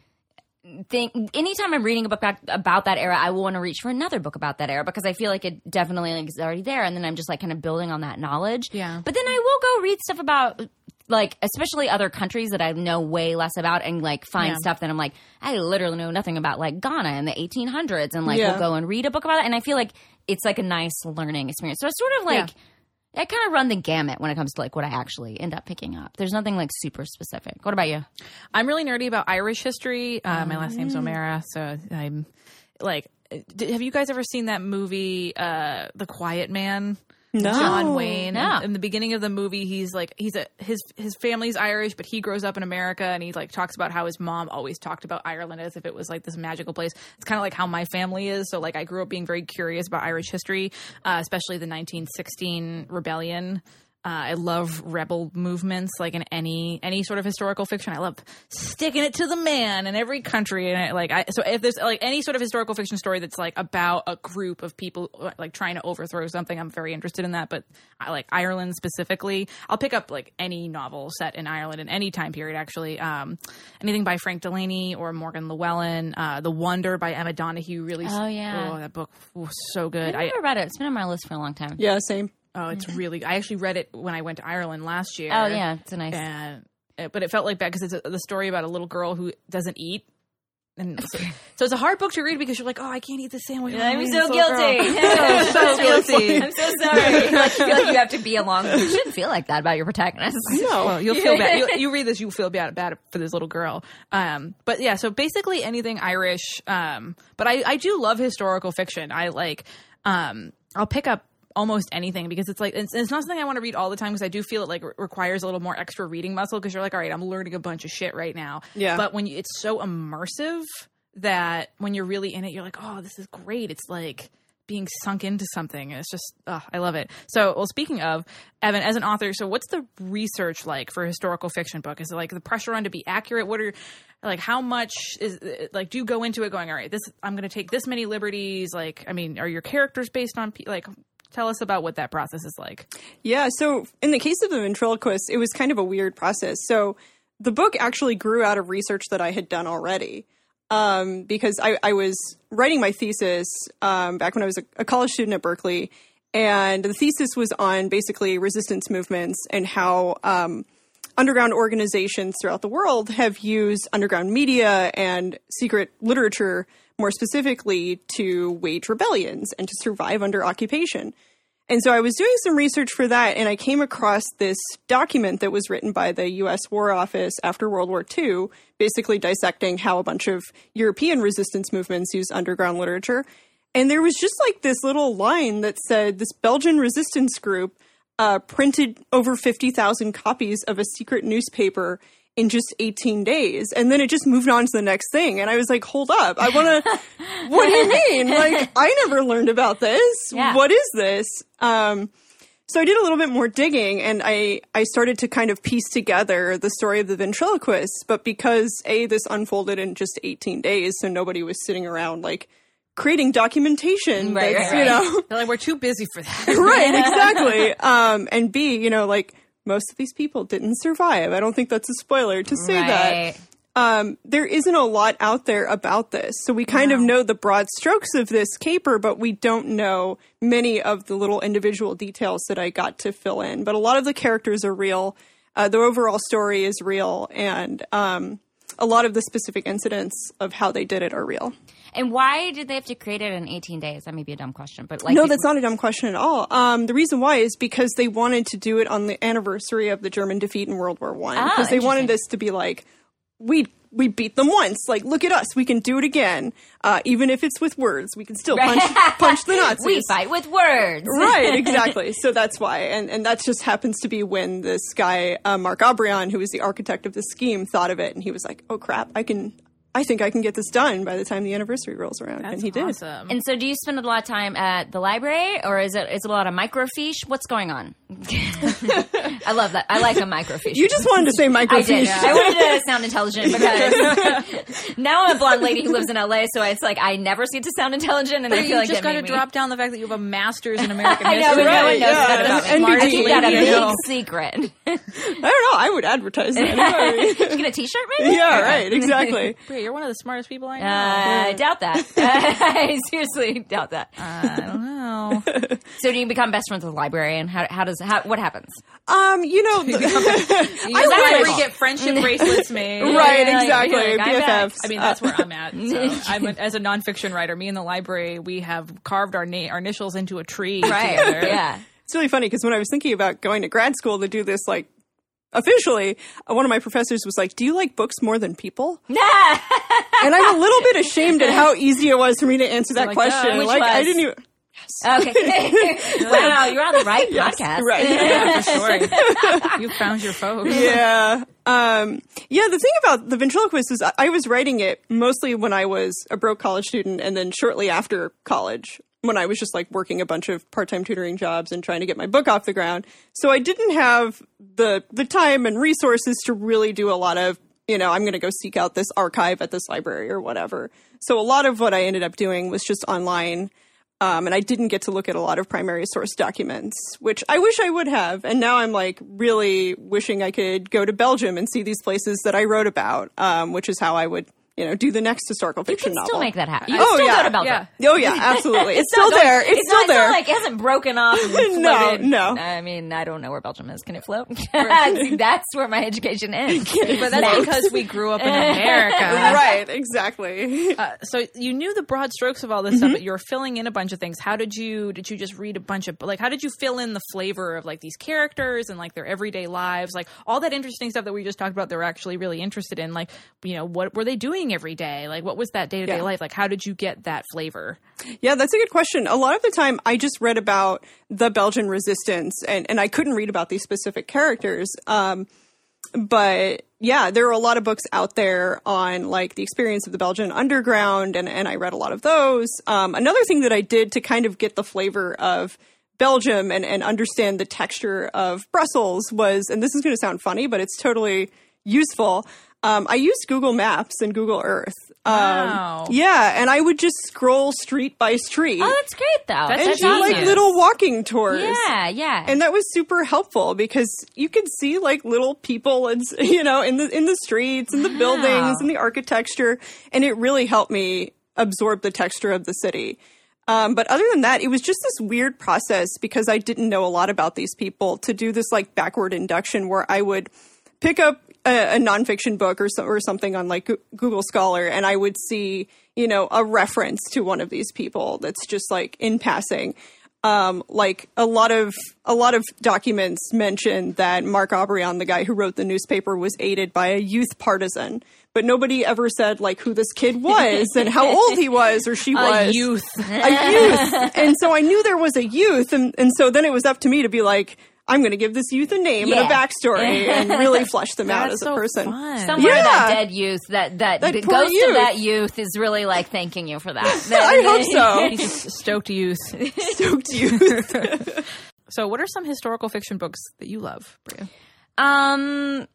Speaker 2: thing. Anytime I'm reading a book about, about that era, I will want to reach for another book about that era because I feel like it definitely like, is already there, and then I'm just like kind of building on that knowledge.
Speaker 1: Yeah.
Speaker 2: But then I will go read stuff about like especially other countries that I know way less about and like find
Speaker 1: Yeah.
Speaker 2: stuff that I'm like I literally know nothing about like Ghana in the 1800s and like
Speaker 6: Yeah.
Speaker 2: we'll go and read a book about it and I feel like it's like a nice learning experience. So it's sort of like I kind of run the gamut when it comes to like what I actually end up picking up. There's nothing like super specific. What about you?
Speaker 1: I'm really nerdy about Irish history. Uh, my last name's O'Mara, so I'm like, d- have you guys ever seen that movie, uh, The Quiet Man?
Speaker 6: No.
Speaker 1: John Wayne.
Speaker 2: No.
Speaker 1: In the beginning of the movie, he's like he's a his his family's Irish, but he grows up in America, and he like talks about how his mom always talked about Ireland as if it was like this magical place. It's kind of like how my family is. So like I grew up being very curious about Irish history, uh, especially the 1916 rebellion. Uh, I love rebel movements, like in any any sort of historical fiction. I love sticking it to the man in every country, and I, like I. So if there's like any sort of historical fiction story that's like about a group of people uh, like trying to overthrow something, I'm very interested in that. But I like Ireland specifically. I'll pick up like any novel set in Ireland in any time period. Actually, um, anything by Frank Delaney or Morgan Llewellyn, uh, The Wonder by Emma Donoghue. Really,
Speaker 2: Oh, yeah.
Speaker 1: oh, that book was so good.
Speaker 2: I never read it. It's been on my list for a long time.
Speaker 6: Yeah, same.
Speaker 1: Oh, it's really. I actually read it when I went to Ireland last year.
Speaker 2: Mm-hmm. Oh yeah, it's a nice.
Speaker 1: and uh, but it felt like bad because it's a, the story about a little girl who doesn't eat. And so, so it's a hard book to read because you're like, oh, I can't eat this sandwich. Oh,
Speaker 2: I'm
Speaker 1: this
Speaker 2: so
Speaker 1: little girl.
Speaker 2: guilty.
Speaker 1: (laughs)
Speaker 2: (laughs)
Speaker 1: I'm so guilty.
Speaker 2: I'm so (laughs) sorry. like, you feel like you have to be along. You shouldn't feel like that about your protagonist.
Speaker 1: Well, you'll feel bad. You, you read this, you feel bad, bad for this little girl. Um, but yeah, so basically anything Irish. Um, but I, I do love historical fiction. I like, um, I'll pick up almost anything because it's like it's, it's not something I want to read all the time because I do feel it like re- requires a little more extra reading muscle because you're like, all right, I'm learning a bunch of shit right now.
Speaker 6: Yeah.
Speaker 1: But when you, it's so immersive that when you're really in it, you're like, oh, this is great. It's like being sunk into something. It's just, ugh, I love it. So, well, speaking of Evan, as an author, so what's the research like for a historical fiction book? Is it like the pressure on to be accurate? What are like how much is like do you go into it going all right this i'm going to take this many liberties like i mean are your characters based on pe- like tell us about what that process is like
Speaker 6: Yeah, so in the case of the ventriloquist, it was kind of a weird process. So the book actually grew out of research that I had done already um, because I, I was writing my thesis um, back when I was a, a college student at Berkeley. And the thesis was on basically resistance movements and how um, underground organizations throughout the world have used underground media and secret literature more specifically to wage rebellions and to survive under occupation. And so I was doing some research for that, and I came across this document that was written by the US War Office after World War II, basically dissecting how a bunch of European resistance movements use underground literature. And there was just like this little line that said this Belgian resistance group uh, printed over 50,000 copies of a secret newspaper in just 18 days. And then it just moved on to the next thing. And I was like, hold up.
Speaker 2: (laughs)
Speaker 6: I want to, what do you mean? Like, I never learned about this.
Speaker 2: Yeah.
Speaker 6: What is this? Um, so I did a little bit more digging and I, I started to kind of piece together the story of the ventriloquist. But because A, this unfolded in just 18 days, so nobody was sitting around like creating documentation.
Speaker 2: Right,
Speaker 6: that's,
Speaker 2: right,
Speaker 6: You
Speaker 2: right.
Speaker 6: know,
Speaker 1: They're like we're too busy for that
Speaker 6: (laughs) right exactly um and b you know like most of these people didn't survive i don't think that's a spoiler to say that
Speaker 2: Right.
Speaker 6: um there isn't a lot out there about this so we kind of know the broad strokes of this caper but we don't know many of the little individual details that i got to fill in but a lot of the characters are real uh, the overall story is real and um a lot of the specific incidents of how they did it are real.
Speaker 2: And why did they have to create it in 18 days? That may be a dumb question, but like,
Speaker 6: No, that's not a dumb question at all. Um, the reason why is because they wanted to do it on the anniversary of the German defeat in World War One.
Speaker 2: Ah,
Speaker 6: Because they wanted
Speaker 2: interesting.
Speaker 6: this to be like, we we beat them once. Like, look at us, we can do it again. Uh, even if it's with words, we can still punch punch the Nazis.
Speaker 2: (laughs) we fight with words. (laughs)
Speaker 6: Right, exactly. So that's why, and and that just happens to be when this guy uh, Mark Abrion, who was the architect of the scheme, thought of it, and he was like, "Oh crap, I can, I think I can get this done by the time the anniversary rolls around," and he did.
Speaker 1: awesome.
Speaker 2: And so, do you spend a lot of time at the library, or is it is it a lot of microfiche? What's going
Speaker 6: (laughs)
Speaker 2: on? I love that. I like a microfiche.
Speaker 6: You just wanted to say microfiche.
Speaker 2: I did. I wanted to sound intelligent because (laughs) now I'm a blonde lady who lives in LA, so it's like I never seem to sound intelligent, and I feel
Speaker 1: you
Speaker 2: like
Speaker 1: just
Speaker 2: that
Speaker 1: got to
Speaker 2: made me-
Speaker 1: drop down the fact that you have a master's (laughs) in American
Speaker 2: I know,
Speaker 1: history.
Speaker 2: but no one
Speaker 6: Right,
Speaker 2: knows
Speaker 6: yeah.
Speaker 2: that about
Speaker 6: And
Speaker 2: me.
Speaker 6: be
Speaker 2: I
Speaker 1: (laughs)
Speaker 2: keep that a
Speaker 6: deep.
Speaker 2: big secret. (laughs)
Speaker 6: I don't know. I would advertise that.
Speaker 2: you get a T-shirt, maybe?
Speaker 6: yeah, right. Exactly.
Speaker 1: Bria, you're one of the smartest people I know.
Speaker 2: Uh, I doubt (laughs) that. I seriously doubt that.
Speaker 1: I don't know.
Speaker 2: So do you become best friends with the librarian? How, how does how, what happens?
Speaker 6: Um, you know, (laughs)
Speaker 1: I
Speaker 2: that's
Speaker 1: that's
Speaker 2: my
Speaker 1: where we
Speaker 2: fault.
Speaker 1: get
Speaker 2: (laughs)
Speaker 1: friendship (laughs) bracelets made.
Speaker 6: right?
Speaker 2: yeah,
Speaker 6: Exactly.
Speaker 2: you're like, I'm back.
Speaker 6: BFFs.
Speaker 1: I mean, that's where I'm at. (laughs) So I'm a, as a nonfiction writer. Me and the library, we have carved our na- our initials into a tree. Together.
Speaker 2: Yeah.
Speaker 6: It's really funny because when I was thinking about going to grad school to do this, like officially, uh, one of my professors was like, "Do you like books more than people?"
Speaker 2: Nah.
Speaker 6: And I'm a little bit ashamed at how easy it was for me to answer that
Speaker 1: like,
Speaker 6: question.
Speaker 1: uh, which
Speaker 6: like I
Speaker 2: was?
Speaker 6: didn't even.
Speaker 2: Okay. (laughs) wow, you're on the
Speaker 6: (laughs)
Speaker 2: right podcast.
Speaker 6: Right.
Speaker 1: (laughs) Yeah, (laughs) for sure. you found your folks.
Speaker 6: yeah. Um, yeah, the thing about the ventriloquist is I, I was writing it mostly when I was a broke college student and then shortly after college when I was just like working a bunch of part-time tutoring jobs and trying to get my book off the ground. So I didn't have the the time and resources to really do a lot of, you know, I'm going to go seek out this archive at this library or whatever. So a lot of what I ended up doing was just online um, and I didn't get to look at a lot of primary source documents, which I wish I would have. And now I'm like really wishing I could go to Belgium and see these places that I wrote about, um, which is how I would, you know, do the next historical
Speaker 2: You
Speaker 6: fiction
Speaker 2: can
Speaker 6: novel.
Speaker 2: still make that happen. You
Speaker 6: Oh,
Speaker 2: can still
Speaker 6: yeah.
Speaker 2: go to Belgium.
Speaker 1: Yeah.
Speaker 2: (laughs)
Speaker 6: Oh yeah, absolutely. it's,
Speaker 2: not
Speaker 6: still
Speaker 2: going-
Speaker 6: there. It's, still
Speaker 2: not,
Speaker 6: there.
Speaker 2: It's not like it hasn't broken off. and
Speaker 6: (laughs) No,
Speaker 2: floated.
Speaker 6: no.
Speaker 2: I mean, I don't know where Belgium is. Can it (laughs) float? See, that's where my education
Speaker 6: (laughs)
Speaker 2: ends.
Speaker 1: But that's because we grew (laughs) up in America.
Speaker 2: (laughs)
Speaker 6: right, exactly.
Speaker 1: Uh, so you knew the broad strokes of all this
Speaker 2: Mm-hmm.
Speaker 1: stuff, but you were filling in a bunch of things. How did you did you just read a bunch of like how did you fill in the flavor of like these characters and like their everyday lives, like all that interesting stuff that we just talked about? They were actually really interested in, like you know what were they doing every day? Like what was that day to day
Speaker 6: Yeah.
Speaker 1: life? Like how did you get that
Speaker 2: (laughs)
Speaker 1: flavor?
Speaker 6: Yeah, that's a good question. A lot of the time, I just read about the Belgian resistance, and, and I couldn't read about these specific characters. Um, but yeah, there are a lot of books out there on like the experience of the Belgian underground, and, and I read a lot of those. Um, another thing that I did to kind of get the flavor of Belgium and, and understand the texture of Brussels was, and this is going to sound funny, but it's totally useful. Um, I used Google Maps and Google Earth. Um,
Speaker 1: Wow.
Speaker 6: Yeah, and I would just scroll street by street
Speaker 2: Oh, that's great though.
Speaker 1: That's
Speaker 6: and
Speaker 1: that's
Speaker 6: do like
Speaker 1: genius.
Speaker 6: little walking tours.
Speaker 2: Yeah, yeah.
Speaker 6: And that was super helpful because you could see like little people and s- (laughs) you know in the in the streets and the buildings and the architecture and it really helped me absorb the texture of the city. Um, but other than that, it was just this weird process because I didn't know a lot about these people to do this like backward induction where I would pick up a, a nonfiction book or, so, or something on like Goo- Google Scholar, and I would see, you know, a reference to one of these people that's just like in passing. Um, like a lot of a lot of documents mention that Mark Aubryon, the guy who wrote the newspaper, was aided by a youth partisan, but nobody ever said like who this kid was and how old he was or
Speaker 1: (laughs)
Speaker 6: she
Speaker 1: A
Speaker 6: was
Speaker 1: youth.
Speaker 6: a youth. And so I knew there was a youth. And, and so then it was up to me to be like, I'm going to give this youth a name and a
Speaker 2: Yeah.
Speaker 6: backstory and really flesh them out as
Speaker 1: That's
Speaker 6: a
Speaker 1: so
Speaker 6: person.
Speaker 1: fun.
Speaker 2: Somewhere
Speaker 6: Yeah.
Speaker 2: that dead youth, that that,
Speaker 6: That
Speaker 2: the
Speaker 6: poor
Speaker 2: ghost
Speaker 6: youth.
Speaker 2: of that youth, is really like thanking you for
Speaker 6: (laughs)
Speaker 2: that.
Speaker 6: I hope so.
Speaker 1: He's just stoked youth.
Speaker 6: Stoked youth.
Speaker 1: (laughs) So, what are some historical fiction books that you love, Bria?
Speaker 2: (laughs) Um,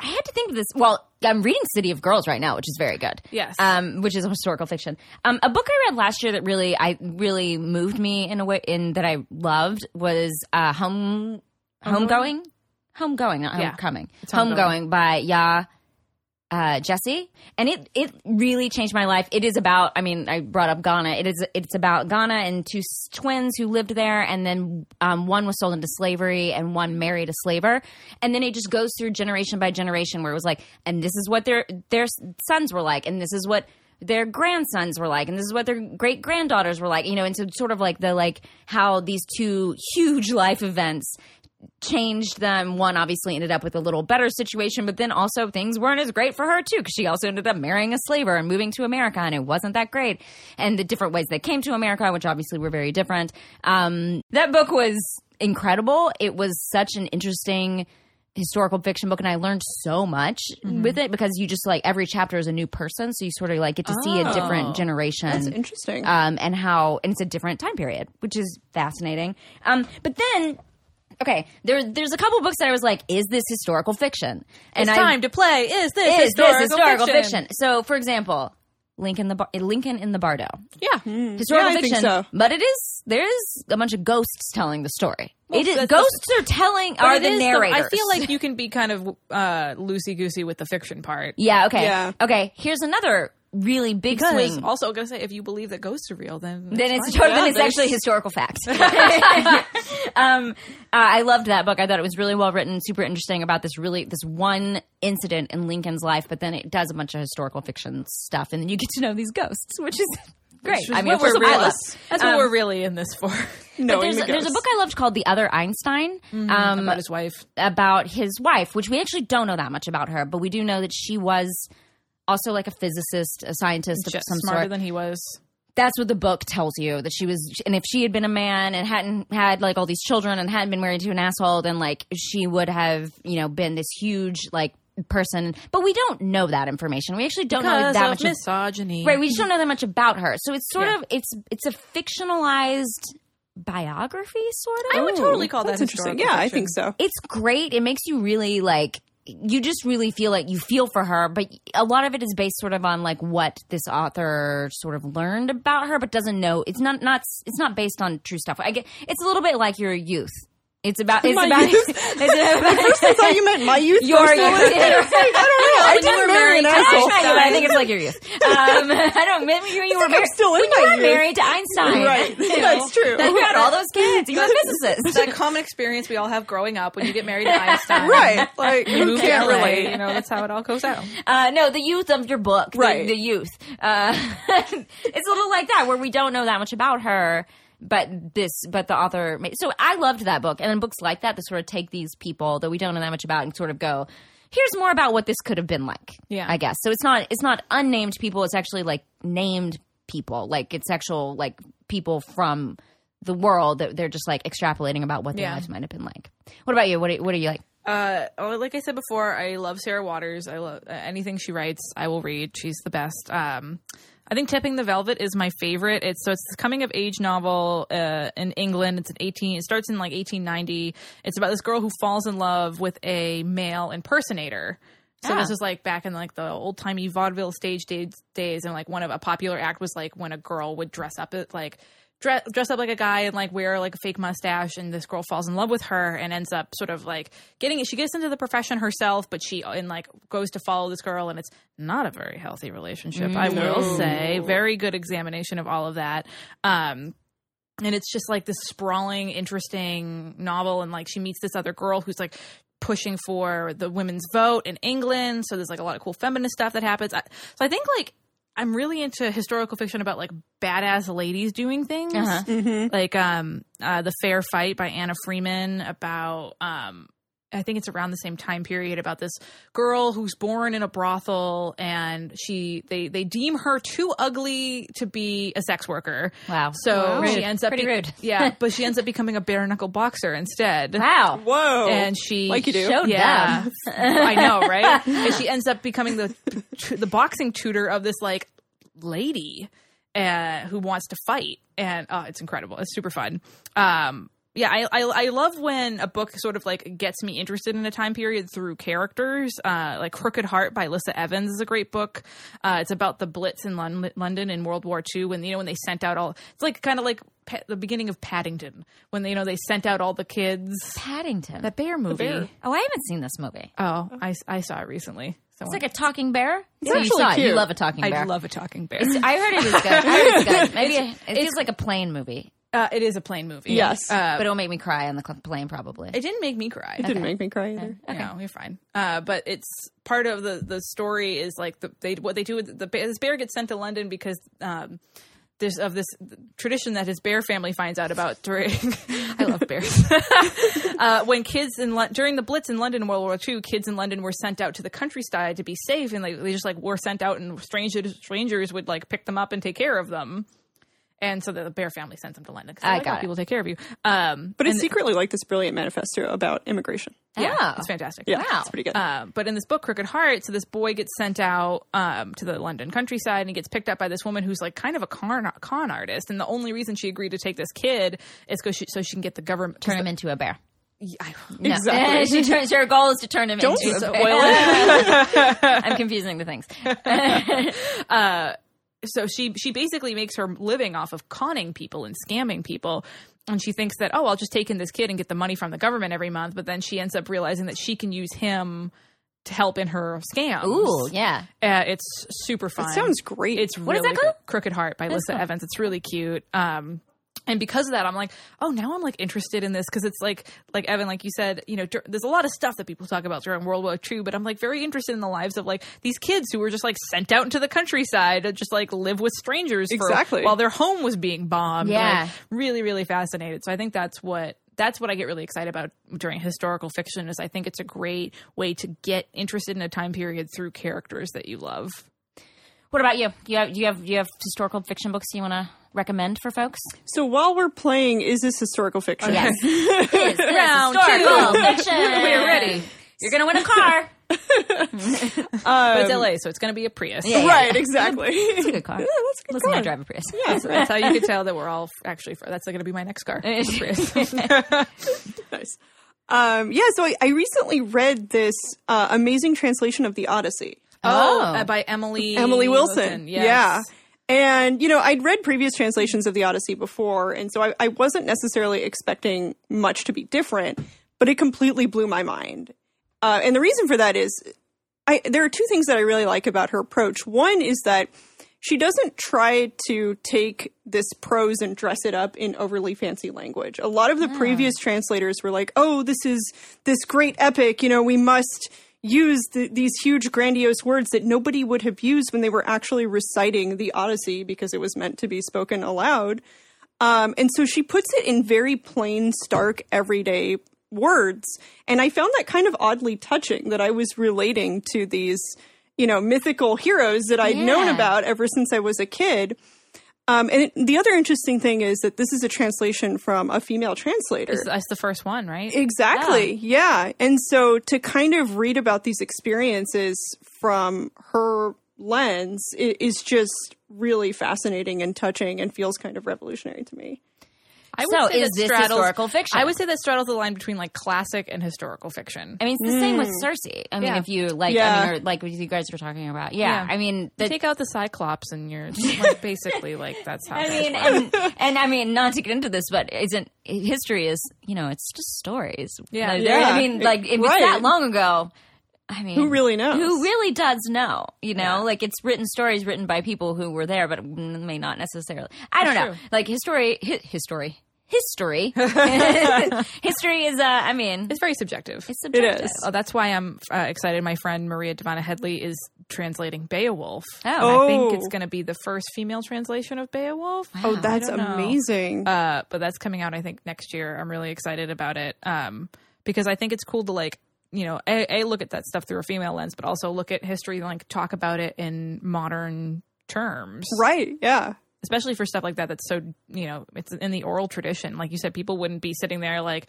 Speaker 2: I had to think of this. Well, I'm reading City of Girls right now, which is very good.
Speaker 1: Yes.
Speaker 2: Um, which is a historical fiction. Um, a book I read last year that really I really moved me in a way in that I loved was uh, Home Homegoing. Homegoing, not
Speaker 1: Yeah.
Speaker 2: homecoming.
Speaker 1: Homegoing.
Speaker 2: Homegoing by Ya uh, Jesse, and it it really changed my life. It is about, I mean, I brought up Ghana. It is it's about Ghana and two s- twins who lived there, and then um, one was sold into slavery and one married a slaver, and then it just goes through generation by generation where it was like, and this is what their their sons were like, and this is what their grandsons were like and this is what their great granddaughters were like you know and so it's sort of like the like how these two huge life events changed them. One obviously ended up with a little better situation, but then also things weren't as great for her too because she also ended up marrying a slaver and moving to America, and it wasn't that great. And the different ways they came to America, which obviously were very different. Um, that book was incredible. It was such an interesting historical fiction book and I learned so much with it because you just like every chapter is a new person so you sort of like get to see a different generation
Speaker 6: Interesting.
Speaker 2: Uh, um, and how and it's a different time period, which is fascinating. Um, but then okay, there, there's a couple books that I was like, is this historical fiction? And
Speaker 1: it's
Speaker 2: I-
Speaker 1: time to play. Is this
Speaker 2: is
Speaker 1: historical,
Speaker 2: this historical
Speaker 1: fiction?
Speaker 2: fiction? So, for example, Lincoln the Bar- Lincoln in the Bardo,
Speaker 1: Yeah.
Speaker 2: historical
Speaker 6: Yeah, I think
Speaker 2: fiction,
Speaker 6: so.
Speaker 2: but it is there is a bunch of ghosts telling the story.
Speaker 1: Well,
Speaker 2: it is
Speaker 1: that's-
Speaker 2: ghosts are telling
Speaker 1: But
Speaker 2: are
Speaker 1: it
Speaker 2: the
Speaker 1: is
Speaker 2: narrators.
Speaker 1: I feel like you can be kind of uh, loosey goosey with the fiction part.
Speaker 2: yeah, okay,
Speaker 6: Yeah.
Speaker 2: okay. Here's another really big
Speaker 1: Because
Speaker 2: swing.
Speaker 1: also, I'm gonna say if you believe that ghosts are real, then
Speaker 2: then
Speaker 1: that's
Speaker 2: it's
Speaker 1: fine.
Speaker 2: (laughs) totally then it's actually
Speaker 1: (laughs)
Speaker 2: historical fact. (laughs) um, uh, I loved that book. I thought it was really well written, super interesting about this really this one incident in Lincoln's life, but then it does a bunch of historical fiction stuff, and then you get to know these ghosts, which is (laughs) great.
Speaker 1: Which is
Speaker 2: I mean,
Speaker 1: what we're
Speaker 2: first of all, I love-
Speaker 1: realists- That's
Speaker 2: Um,
Speaker 1: what we're really in this
Speaker 2: (laughs)
Speaker 1: for.
Speaker 6: No,
Speaker 2: there's, there's a book I loved called The Other Einstein
Speaker 1: Mm-hmm.
Speaker 2: um,
Speaker 1: About his wife.
Speaker 2: about his wife, which we actually don't know that much about her, but we do know that she was also like a physicist, a scientist of
Speaker 1: Just
Speaker 2: some
Speaker 1: smarter
Speaker 2: sort.
Speaker 1: than he was.
Speaker 2: That's what the book tells you that she was, and if she had been a man and hadn't had like all these children and hadn't been married to an asshole, then like she would have, you know, been this huge like person. But we don't know that information. We actually don't know
Speaker 1: Because
Speaker 2: that
Speaker 1: of
Speaker 2: much. ab-
Speaker 1: misogyny.
Speaker 2: Right, we just don't know that much about her. So it's sort
Speaker 1: Yeah.
Speaker 2: of it's it's a fictionalized biography, sort of.
Speaker 1: I would totally call
Speaker 6: That's
Speaker 1: that
Speaker 6: interesting.
Speaker 1: historical
Speaker 6: Yeah, I
Speaker 1: fiction.
Speaker 6: think so.
Speaker 2: It's great. It makes you really like you just really feel like you feel for her, but a lot of it is based sort of on like what this author sort of learned about her, but doesn't know. It's not not it's not based on true stuff. I get it's a little bit like your youth. It's about it's
Speaker 6: My
Speaker 2: about
Speaker 6: youth?
Speaker 2: it's about
Speaker 6: (laughs) I thought you meant my youth.
Speaker 2: your
Speaker 6: first.
Speaker 2: youth.
Speaker 6: I was like, I
Speaker 2: When
Speaker 6: didn't
Speaker 2: you were
Speaker 6: marry
Speaker 2: married
Speaker 6: an
Speaker 2: to
Speaker 6: asshole.
Speaker 2: Einstein, but (laughs) I think it's like your
Speaker 6: (laughs)
Speaker 2: youth. Um, I don't remember when you were
Speaker 6: I'm
Speaker 2: married.
Speaker 6: still in
Speaker 2: when
Speaker 6: my
Speaker 2: you were
Speaker 6: youth.
Speaker 2: married to Einstein,
Speaker 6: Right.
Speaker 2: you know,
Speaker 6: (laughs) That's true.
Speaker 2: Then (laughs) you had all those kids. You were a
Speaker 6: (laughs)
Speaker 2: physicist.
Speaker 1: That common experience we all have growing up when you get
Speaker 2: (laughs)
Speaker 1: married to Einstein.
Speaker 6: Right. Like,
Speaker 1: You
Speaker 6: who
Speaker 1: move to
Speaker 6: can't
Speaker 1: LA,
Speaker 6: relate?
Speaker 1: You know, that's how it all goes out.
Speaker 2: Uh, no, the youth of your book, the,
Speaker 6: Right.
Speaker 2: The youth. Uh, (laughs) it's a little like that, where we don't know that much about her, but this, but the author. ma- So I loved that book, and then books like that that sort of take these people that we don't know that much about and sort of go, here's more about what this could have been like.
Speaker 1: Yeah.
Speaker 2: I guess. So it's not it's not unnamed people. It's actually like named people. Like it's actual like people from the world that they're just like extrapolating about what their
Speaker 1: Yeah.
Speaker 2: lives might have been like. What about you? What are, what are you like?
Speaker 1: Uh, oh, like I said before, I love Sarah Waters. I love uh, anything she writes. I will read. She's the best. Um, I think Tipping the Velvet is my favorite. It's so it's this coming of age novel uh, in England. It's an eighteen. It starts in like eighteen ninety. It's about this girl who falls in love with a male impersonator. So this is like back in like the old timey vaudeville stage days, days, and like one of a popular act was like when a girl would dress up it like dress dress up like a guy and like wear like a fake mustache, and this girl falls in love with her and ends up sort of like getting it. She gets into the profession herself, but she uh, and like goes to follow this girl, and it's not a very healthy relationship. I will say, very good examination of all of that. Um, and it's just like this sprawling interesting novel and like she meets this other girl who's like pushing for the women's vote in england so there's like a lot of cool feminist stuff that happens I, so i think like i'm really into historical fiction about like badass ladies doing things
Speaker 2: Uh-huh.
Speaker 1: like um uh, the fair fight by anna freeman about um I think it's around the same time period about this girl who's born in a brothel and she they they deem her too ugly to be a sex worker.
Speaker 2: Wow.
Speaker 1: So
Speaker 2: Wow.
Speaker 1: she
Speaker 2: Rude.
Speaker 1: ends up
Speaker 2: Pretty rude. (laughs)
Speaker 1: yeah, but she ends up becoming a bare knuckle boxer instead.
Speaker 2: Wow.
Speaker 6: Whoa.
Speaker 1: And she
Speaker 6: Like you do.
Speaker 2: Showed
Speaker 1: yeah,
Speaker 2: them.
Speaker 1: (laughs) I know, right? And she ends up becoming the the boxing tutor of this like lady uh, who wants to fight, and oh, it's incredible. It's super fun. Um, yeah, I, I I love when a book sort of like gets me interested in a time period through characters. Uh, like Crooked Heart by Lissa Evans is a great book. Uh, it's about the Blitz in Lon- London in World War II, when you know when they sent out all. It's like kind of like. Pa- the beginning of Paddington, when they, you know they sent out all the kids.
Speaker 2: Paddington.
Speaker 1: That bear movie.
Speaker 2: Oh, I haven't seen this movie.
Speaker 1: Oh, I, I saw it recently.
Speaker 2: It's like a talking bear. It's so you
Speaker 6: actually
Speaker 2: saw it. You
Speaker 6: cute.
Speaker 2: love a talking bear.
Speaker 1: I love a talking bear.
Speaker 2: I heard it is good. I heard it's (laughs) good. Maybe it feels like a plane movie,
Speaker 1: Uh, it is a plain movie.
Speaker 6: Yes.
Speaker 1: Uh,
Speaker 2: but it'll make me cry on the cl- plane probably. (laughs)
Speaker 1: it (laughs) didn't make me cry.
Speaker 6: Didn't make me cry either.
Speaker 1: No, you're fine. Uh, but it's part of the the story is like the they what they do with the bear, this bear gets sent to London because um there's of this tradition that his bear family finds out about during I love bears uh, when kids in Lon- during the Blitz in London in World War II kids in London were sent out to the countryside to be safe and they, they just like were sent out and strangers strangers would like pick them up and take care of them. And so the bear family sends them to London because
Speaker 2: I
Speaker 1: like how
Speaker 2: got it.
Speaker 1: people take care of you. Um,
Speaker 6: But it's secretly like this brilliant manifesto about immigration.
Speaker 1: yeah,
Speaker 2: Oh.
Speaker 1: it's fantastic.
Speaker 6: Yeah,
Speaker 2: Wow.
Speaker 6: it's pretty good.
Speaker 1: Uh, but in this book, Crooked Heart, so this boy gets sent out um, to the London countryside and he gets picked up by this woman who's like kind of a con, con artist. And the only reason she agreed to take this kid is cause she, so she can get the government.
Speaker 2: Turn him into a bear. No.
Speaker 6: Exactly.
Speaker 2: (laughs) she turns, her goal is to turn him
Speaker 6: Don't
Speaker 2: into a
Speaker 6: spoil
Speaker 2: (laughs) I'm confusing the things.
Speaker 1: so she she basically makes her living off of conning people and scamming people and she thinks that oh i'll just take in this kid and get the money from the government every month but then she ends up realizing that she can use him to help in her scams
Speaker 2: Ooh, yeah.
Speaker 1: uh, it's super fun
Speaker 6: sounds great.
Speaker 1: it's
Speaker 2: What is
Speaker 1: really
Speaker 2: that called?
Speaker 1: good. crooked heart by Lisa evans it's really cute um and because of that i'm like oh now i'm like interested in this because it's like like evan like you said you know dur- there's a lot of stuff that people talk about during world war ii but i'm like very interested in the lives of like these kids who were just like sent out into the countryside to just like live with strangers for-
Speaker 6: Exactly.
Speaker 1: while their home was being bombed
Speaker 2: Yeah.
Speaker 1: Like, really really fascinated so i think that's what that's what i get really excited about during historical fiction is i think it's a great way to get interested in a time period through characters that you love
Speaker 2: What about you? You have you have you have historical fiction books you want to recommend for folks?
Speaker 6: So while we're playing, is this historical fiction?
Speaker 2: Oh,
Speaker 6: (laughs)
Speaker 2: Yes. It is. It is
Speaker 1: Round
Speaker 2: historical
Speaker 1: two.
Speaker 2: fiction.
Speaker 1: We're ready.
Speaker 2: You're gonna win a car.
Speaker 1: But
Speaker 6: Um,
Speaker 1: it's LA, so it's going to be a Prius.
Speaker 6: (laughs)
Speaker 1: (laughs)
Speaker 6: Right,
Speaker 2: (laughs)
Speaker 6: exactly.
Speaker 2: It's a good car.
Speaker 6: that's a good
Speaker 2: Listen, I
Speaker 6: car.
Speaker 2: drive a Prius. (laughs)
Speaker 1: That's how you can tell that we're all actually. That's going to be my next car.
Speaker 6: (laughs) Eh, nice. Um, yeah, so I, I recently read this uh, amazing translation of the Odyssey.
Speaker 2: Oh.
Speaker 1: uh, by Emily
Speaker 6: Emily Wilson.
Speaker 1: yes.
Speaker 6: Yeah. And, you know, I'd read previous translations of The Odyssey before, and so I, I wasn't necessarily expecting much to be different, but it completely blew my mind. Uh, and the reason for that is I, there are two things that I really like about her approach. One is that she doesn't try to take this prose and dress it up in overly fancy language. A lot of the previous translators were like, "Oh, this is this great epic. You know, we must use the, these huge grandiose words that nobody would have used when they were actually reciting the Odyssey because it was meant to be spoken aloud." Um, and so she puts it in very plain, stark, everyday words. And I found that kind of oddly touching that I was relating to these, you know, mythical heroes that I'd known
Speaker 2: Yeah.
Speaker 6: about ever since I was a kid. Um, and it- the other interesting thing is that this is a translation from a female translator.
Speaker 1: that's the first one, right?
Speaker 6: Exactly. Yeah. And so to kind of read about these experiences from her lens i- is just really fascinating and touching and feels kind of revolutionary to me.
Speaker 1: I would
Speaker 2: So
Speaker 1: say that
Speaker 2: is this
Speaker 1: straddles-
Speaker 2: historical fiction?
Speaker 1: I would say that straddles the line between like classic and historical fiction.
Speaker 2: I mean, it's the same with Cersei. I mean,
Speaker 1: Yeah.
Speaker 2: if you like, I
Speaker 6: Mm. Yeah.
Speaker 2: mean, or like what you guys were talking about. Yeah,
Speaker 1: Yeah.
Speaker 2: I mean,
Speaker 1: You
Speaker 2: the,
Speaker 1: take out the Cyclops, and you're like, basically like that's how.
Speaker 2: I
Speaker 1: things
Speaker 2: mean,
Speaker 1: work.
Speaker 2: and, and I mean, not to get into this, but isn't history is you know it's just stories.
Speaker 1: Yeah.
Speaker 2: Like, there- I
Speaker 6: Yeah.
Speaker 2: mean, like if it's
Speaker 6: Right.
Speaker 2: that long ago, I mean,
Speaker 6: Who really knows?
Speaker 2: Who really does know? You know, like it's written stories written by people who were there, but may not necessarily. I don't know. Like history, hi- history,
Speaker 6: (laughs)
Speaker 2: history, (laughs) history is. Uh, I mean,
Speaker 1: it's very subjective.
Speaker 2: it's subjective.
Speaker 6: is.
Speaker 1: Oh, that's why I'm uh, excited. My friend Maria Devana Headley is translating Beowulf.
Speaker 2: Oh.
Speaker 1: I think it's
Speaker 6: Oh.
Speaker 1: going to be the first female translation of Beowulf.
Speaker 6: Oh, that's amazing.
Speaker 1: uh, but that's coming out I think next year. I'm really excited about it um, because I think it's cool to like you know a, a look at that stuff through a female lens, but also look at history and like talk about it in modern terms,
Speaker 6: right. Yeah.
Speaker 1: Especially for stuff like that that's so you know it's in the oral tradition. Like you said, people wouldn't be sitting there like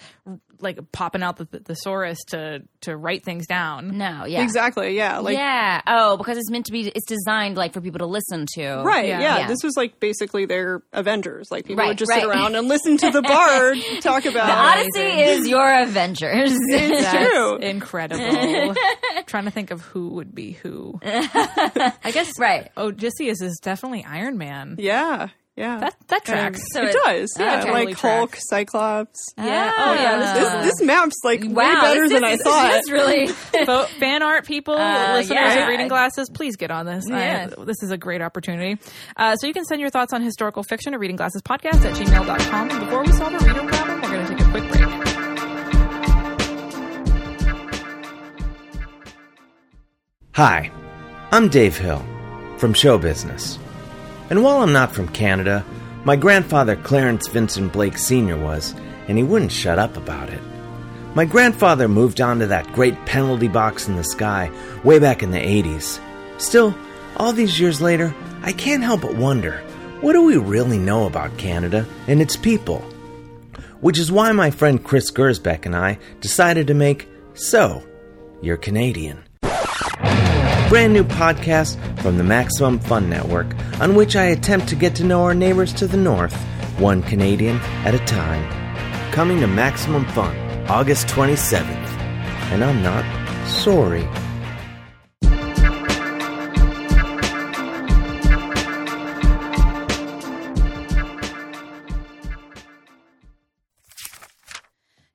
Speaker 1: like popping out the, the thesaurus to to write things down.
Speaker 2: No, yeah,
Speaker 6: Exactly. Yeah. Like,
Speaker 2: yeah. Oh, because it's meant to be. It's designed like for people to listen to.
Speaker 6: Right,
Speaker 1: Yeah.
Speaker 6: yeah.
Speaker 2: Yeah.
Speaker 6: This was like basically their Avengers. Like people
Speaker 2: Right,
Speaker 6: would just
Speaker 2: right.
Speaker 6: sit around and listen to
Speaker 2: (laughs)
Speaker 6: the bard talk
Speaker 2: The
Speaker 6: about
Speaker 2: Odyssey is your
Speaker 6: (laughs)
Speaker 2: Avengers.
Speaker 1: That's
Speaker 6: True.
Speaker 2: (laughs)
Speaker 1: incredible. Trying to think of who would be who.
Speaker 2: I guess right.
Speaker 1: Odysseus is definitely Iron Man.
Speaker 6: Yeah. Yeah.
Speaker 1: That that tracks.
Speaker 2: (laughs) So
Speaker 6: it,
Speaker 2: it-
Speaker 6: does.
Speaker 2: that
Speaker 6: Yeah.
Speaker 1: totally
Speaker 6: like Hulk,
Speaker 1: tracks.
Speaker 6: Cyclops.
Speaker 1: Yeah. Oh, yeah. This
Speaker 6: This, this map's like way better
Speaker 2: this
Speaker 6: than I
Speaker 2: is-
Speaker 6: thought.
Speaker 2: This is
Speaker 6: (laughs)
Speaker 2: really. (laughs)
Speaker 1: Fo- fan art people,
Speaker 2: Uh,
Speaker 1: listeners
Speaker 2: yeah.
Speaker 1: of reading glasses, please get on this. I-
Speaker 2: Yes.
Speaker 1: this is a great opportunity. Uh, so you can send your thoughts on historical fiction to reading glasses podcast at gmail.com. And before we solve a reader problem, we're going to take a quick break.
Speaker 7: Hi, I'm Dave Hill from Show Business. And while I'm not from Canada, my grandfather Clarence Vincent Blake Sr. was, and he wouldn't shut up about it. My grandfather moved on to that great penalty box in the sky way back in the 80s. Still, all these years later, I can't help but wonder what do we really know about Canada and its people? Which is why my friend Chris Gersbeck and I decided to make So, You're Canadian brand new podcast from the Maximum Fun Network, on which I attempt to get to know our neighbors to the north, one Canadian at a time. Coming to Maximum Fun August 27th, and I'm not sorry.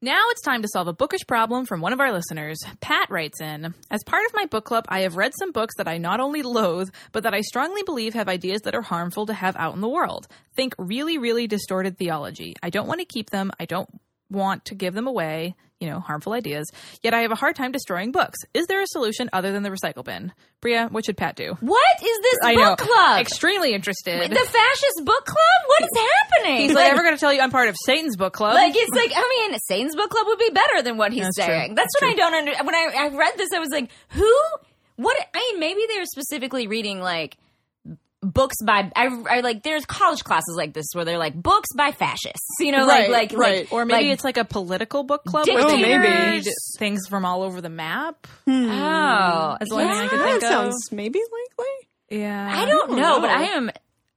Speaker 1: Now it's time to solve a bookish problem from one of our listeners. Pat writes in As part of my book club, I have read some books that I not only loathe, but that I strongly believe have ideas that are harmful to have out in the world. Think really, really distorted theology. I don't want to keep them. I don't want to give them away, you know, harmful ideas. Yet I have a hard time destroying books. Is there a solution other than the recycle bin? Bria, what should Pat do?
Speaker 2: What is this
Speaker 1: I
Speaker 2: book
Speaker 1: know.
Speaker 2: club?
Speaker 1: Extremely interested.
Speaker 2: the fascist book club? What is happening?
Speaker 1: He's like, I'm never going to tell you I'm part of Satan's book club.
Speaker 2: Like it's like I mean, Satan's book club would be better than what he's
Speaker 1: That's true.
Speaker 2: saying. That's, what I don't understand. When I, I read this, I was like, who? What? I mean, maybe they're specifically reading like books by I, I like there's college classes like this where they're like books by fascists, you know,
Speaker 6: Right,
Speaker 2: like like
Speaker 6: right.
Speaker 2: like
Speaker 1: or maybe
Speaker 2: like
Speaker 1: it's like a political book club
Speaker 2: dictators.
Speaker 1: where they
Speaker 6: Oh,
Speaker 1: read
Speaker 6: maybe.
Speaker 1: things from all over the map.
Speaker 2: oh,
Speaker 1: mm, That's the only thing I could
Speaker 6: that
Speaker 1: think Oh, of.
Speaker 6: sounds maybe likely.
Speaker 1: yeah.
Speaker 2: I don't know, but
Speaker 6: know.
Speaker 2: I am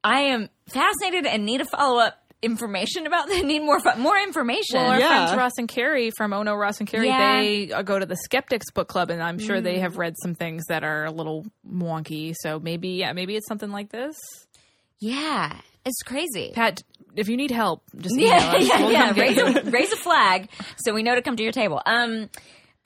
Speaker 2: I am fascinated and need a follow up information about (laughs) that. Need more fo- more information.
Speaker 1: Well, our
Speaker 6: Yeah.
Speaker 1: friends Ross and Carrie from Oh No, Ross and Carrie,
Speaker 2: Yeah. Mm.
Speaker 1: they uh, go to the Skeptics Book Club, and I'm sure they have read some things that are a little wonky. So maybe, yeah, maybe it's something like this.
Speaker 2: yeah, it's crazy.
Speaker 1: Pat, if you need help, just email
Speaker 2: (laughs) Yeah,
Speaker 1: us.
Speaker 2: yeah,
Speaker 1: We'll
Speaker 2: yeah.
Speaker 1: (laughs) come get
Speaker 2: Raise
Speaker 1: you.
Speaker 2: a, raise a flag so we know to come to your table. Um,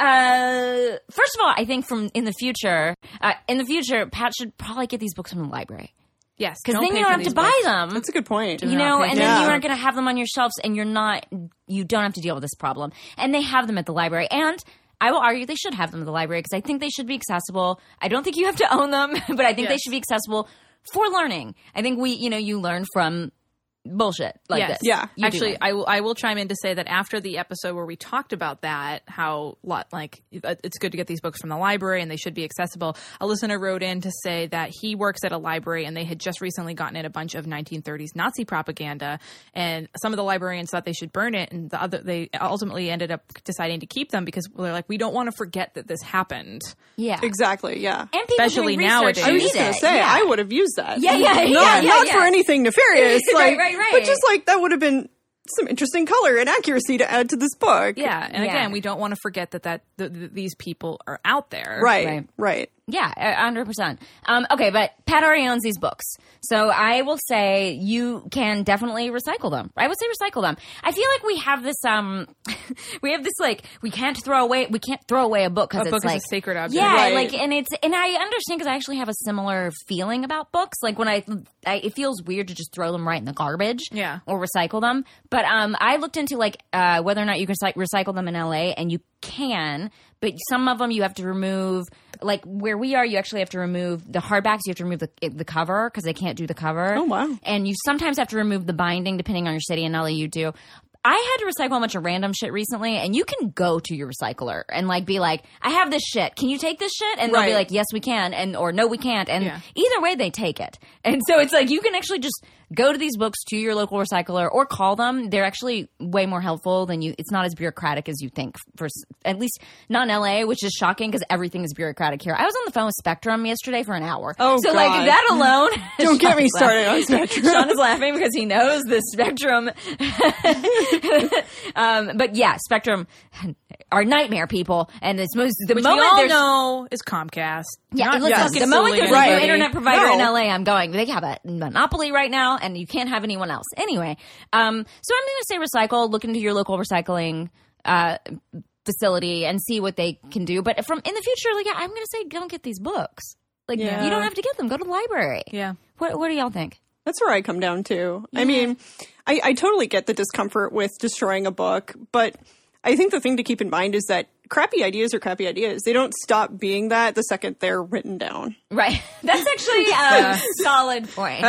Speaker 2: uh, first of all, I think from in the future, uh, in the future, Pat should probably get these books from the library
Speaker 1: Yes,
Speaker 2: because then
Speaker 1: pay
Speaker 2: you don't
Speaker 1: for
Speaker 2: have to
Speaker 1: these
Speaker 2: buy
Speaker 1: books.
Speaker 2: them.
Speaker 6: That's a good point.
Speaker 2: you know,
Speaker 1: pay
Speaker 2: and
Speaker 1: for
Speaker 2: then you
Speaker 6: them.
Speaker 2: aren't going to have them on your shelves, and you're not, you don't have to deal with this problem. And they have them at the library, and I will argue they should have them at the library because I think they should be accessible. I don't think you have to own them, (laughs) but I think they
Speaker 1: Yes.
Speaker 2: should be accessible for learning. I think we, you know, you learn from bullshit like
Speaker 1: Yes.
Speaker 2: this.
Speaker 6: Yeah.
Speaker 2: You do
Speaker 1: Actually,
Speaker 2: learn.
Speaker 1: I will, I will chime in to say that after the episode where we talked about that, how lot like uh, it's good to get these books from the library and they should be accessible. A listener wrote in to say that he works at a library and they had just recently gotten in a bunch of 1930s Nazi propaganda, and some of the librarians thought they should burn it, and the other they ultimately ended up deciding to keep them because they're like, we don't want to forget that this happened.
Speaker 2: yeah,
Speaker 6: Exactly. Yeah.
Speaker 2: And people
Speaker 1: Especially
Speaker 2: doing research
Speaker 1: nowadays.
Speaker 6: I was
Speaker 2: need
Speaker 6: just gonna
Speaker 2: it.
Speaker 6: say
Speaker 2: yeah.
Speaker 6: I would have used that.
Speaker 2: Yeah, yeah, yeah,
Speaker 6: Not,
Speaker 2: yeah,
Speaker 6: not
Speaker 2: yeah. (laughs)
Speaker 6: for anything nefarious.
Speaker 2: Right,
Speaker 6: like,
Speaker 2: right, right.
Speaker 6: But just like that would have been some interesting color and accuracy to add to this book.
Speaker 1: Yeah, and
Speaker 2: Yeah.
Speaker 1: again, we don't want to forget that that th- th- these people are out there.
Speaker 6: Right.
Speaker 2: Right.
Speaker 6: Right.
Speaker 2: Yeah, a- a hundred percent. Um, okay, but Pat already owns these books, so I will say you can definitely recycle them. I would say recycle them. I feel like we have this, um, (laughs) we have this like we can't throw away, we can't throw away a book
Speaker 1: A
Speaker 2: because it's
Speaker 1: book is a
Speaker 2: like
Speaker 1: sacred object.
Speaker 2: Yeah,
Speaker 6: Right.
Speaker 2: like and it's and I understand because I actually have a similar feeling about books. Like when I, I, it feels weird to just throw them right in the garbage.
Speaker 1: Yeah.
Speaker 2: or recycle them. But um, I looked into like uh, whether or not you can recy- recycle them in LA, and you can. But some of them you have to remove. Like where we are, you actually have to remove the hardbacks. You have to remove the, the cover because they can't do the cover.
Speaker 6: Oh, wow.
Speaker 2: And you sometimes have to remove the binding depending on your city. In LA, you do. I had to recycle a bunch of random shit recently, and you can go to your recycler and like be like, "I have this shit. Can you take this shit?" And they'll be
Speaker 6: Right.
Speaker 2: like, "Yes, we can," and or "No, we can't." And
Speaker 1: Yeah.
Speaker 2: either way, they take it. And so it's like you can actually just go to these books to your local recycler or call them. They're actually way more helpful than you. It's not as bureaucratic as you think. For s- at least not in LA, which is shocking because everything is bureaucratic here. I was on the phone with Spectrum yesterday for an hour.
Speaker 6: Oh,
Speaker 2: so like
Speaker 6: God.
Speaker 2: that
Speaker 6: (laughs)
Speaker 2: alone.
Speaker 6: Don't get me
Speaker 2: Sean's
Speaker 6: started on
Speaker 2: laughing.
Speaker 6: Spectrum.
Speaker 2: Sean is laughing because he knows the Spectrum.
Speaker 6: (laughs)
Speaker 2: (laughs) um, but yeah, Spectrum are nightmare people, and it's most the
Speaker 1: Which
Speaker 2: moment
Speaker 1: we all
Speaker 2: there's
Speaker 1: know is Comcast.
Speaker 2: yeah,
Speaker 1: Not
Speaker 2: listen,
Speaker 1: fucking
Speaker 2: the moment there's a new
Speaker 1: Solidarity.
Speaker 2: internet provider in
Speaker 6: No.
Speaker 2: LA, I'm going. They have a monopoly right now, and you can't have anyone else. Anyway, um, so I'm going to say recycle. Look into your local recycling uh, facility and see what they can do. But from in the future, like I'm going to say, don't get these books. Like
Speaker 6: Yeah.
Speaker 2: you don't have to get them. Go to the library.
Speaker 1: Yeah.
Speaker 2: What What do y'all think?
Speaker 6: That's where I come down to. I mean, I, I totally get the discomfort with destroying a book, but I think the thing to keep in mind is that crappy ideas are crappy ideas. They don't stop being that the second they're written down.
Speaker 2: Right. (laughs) That's actually a solid point.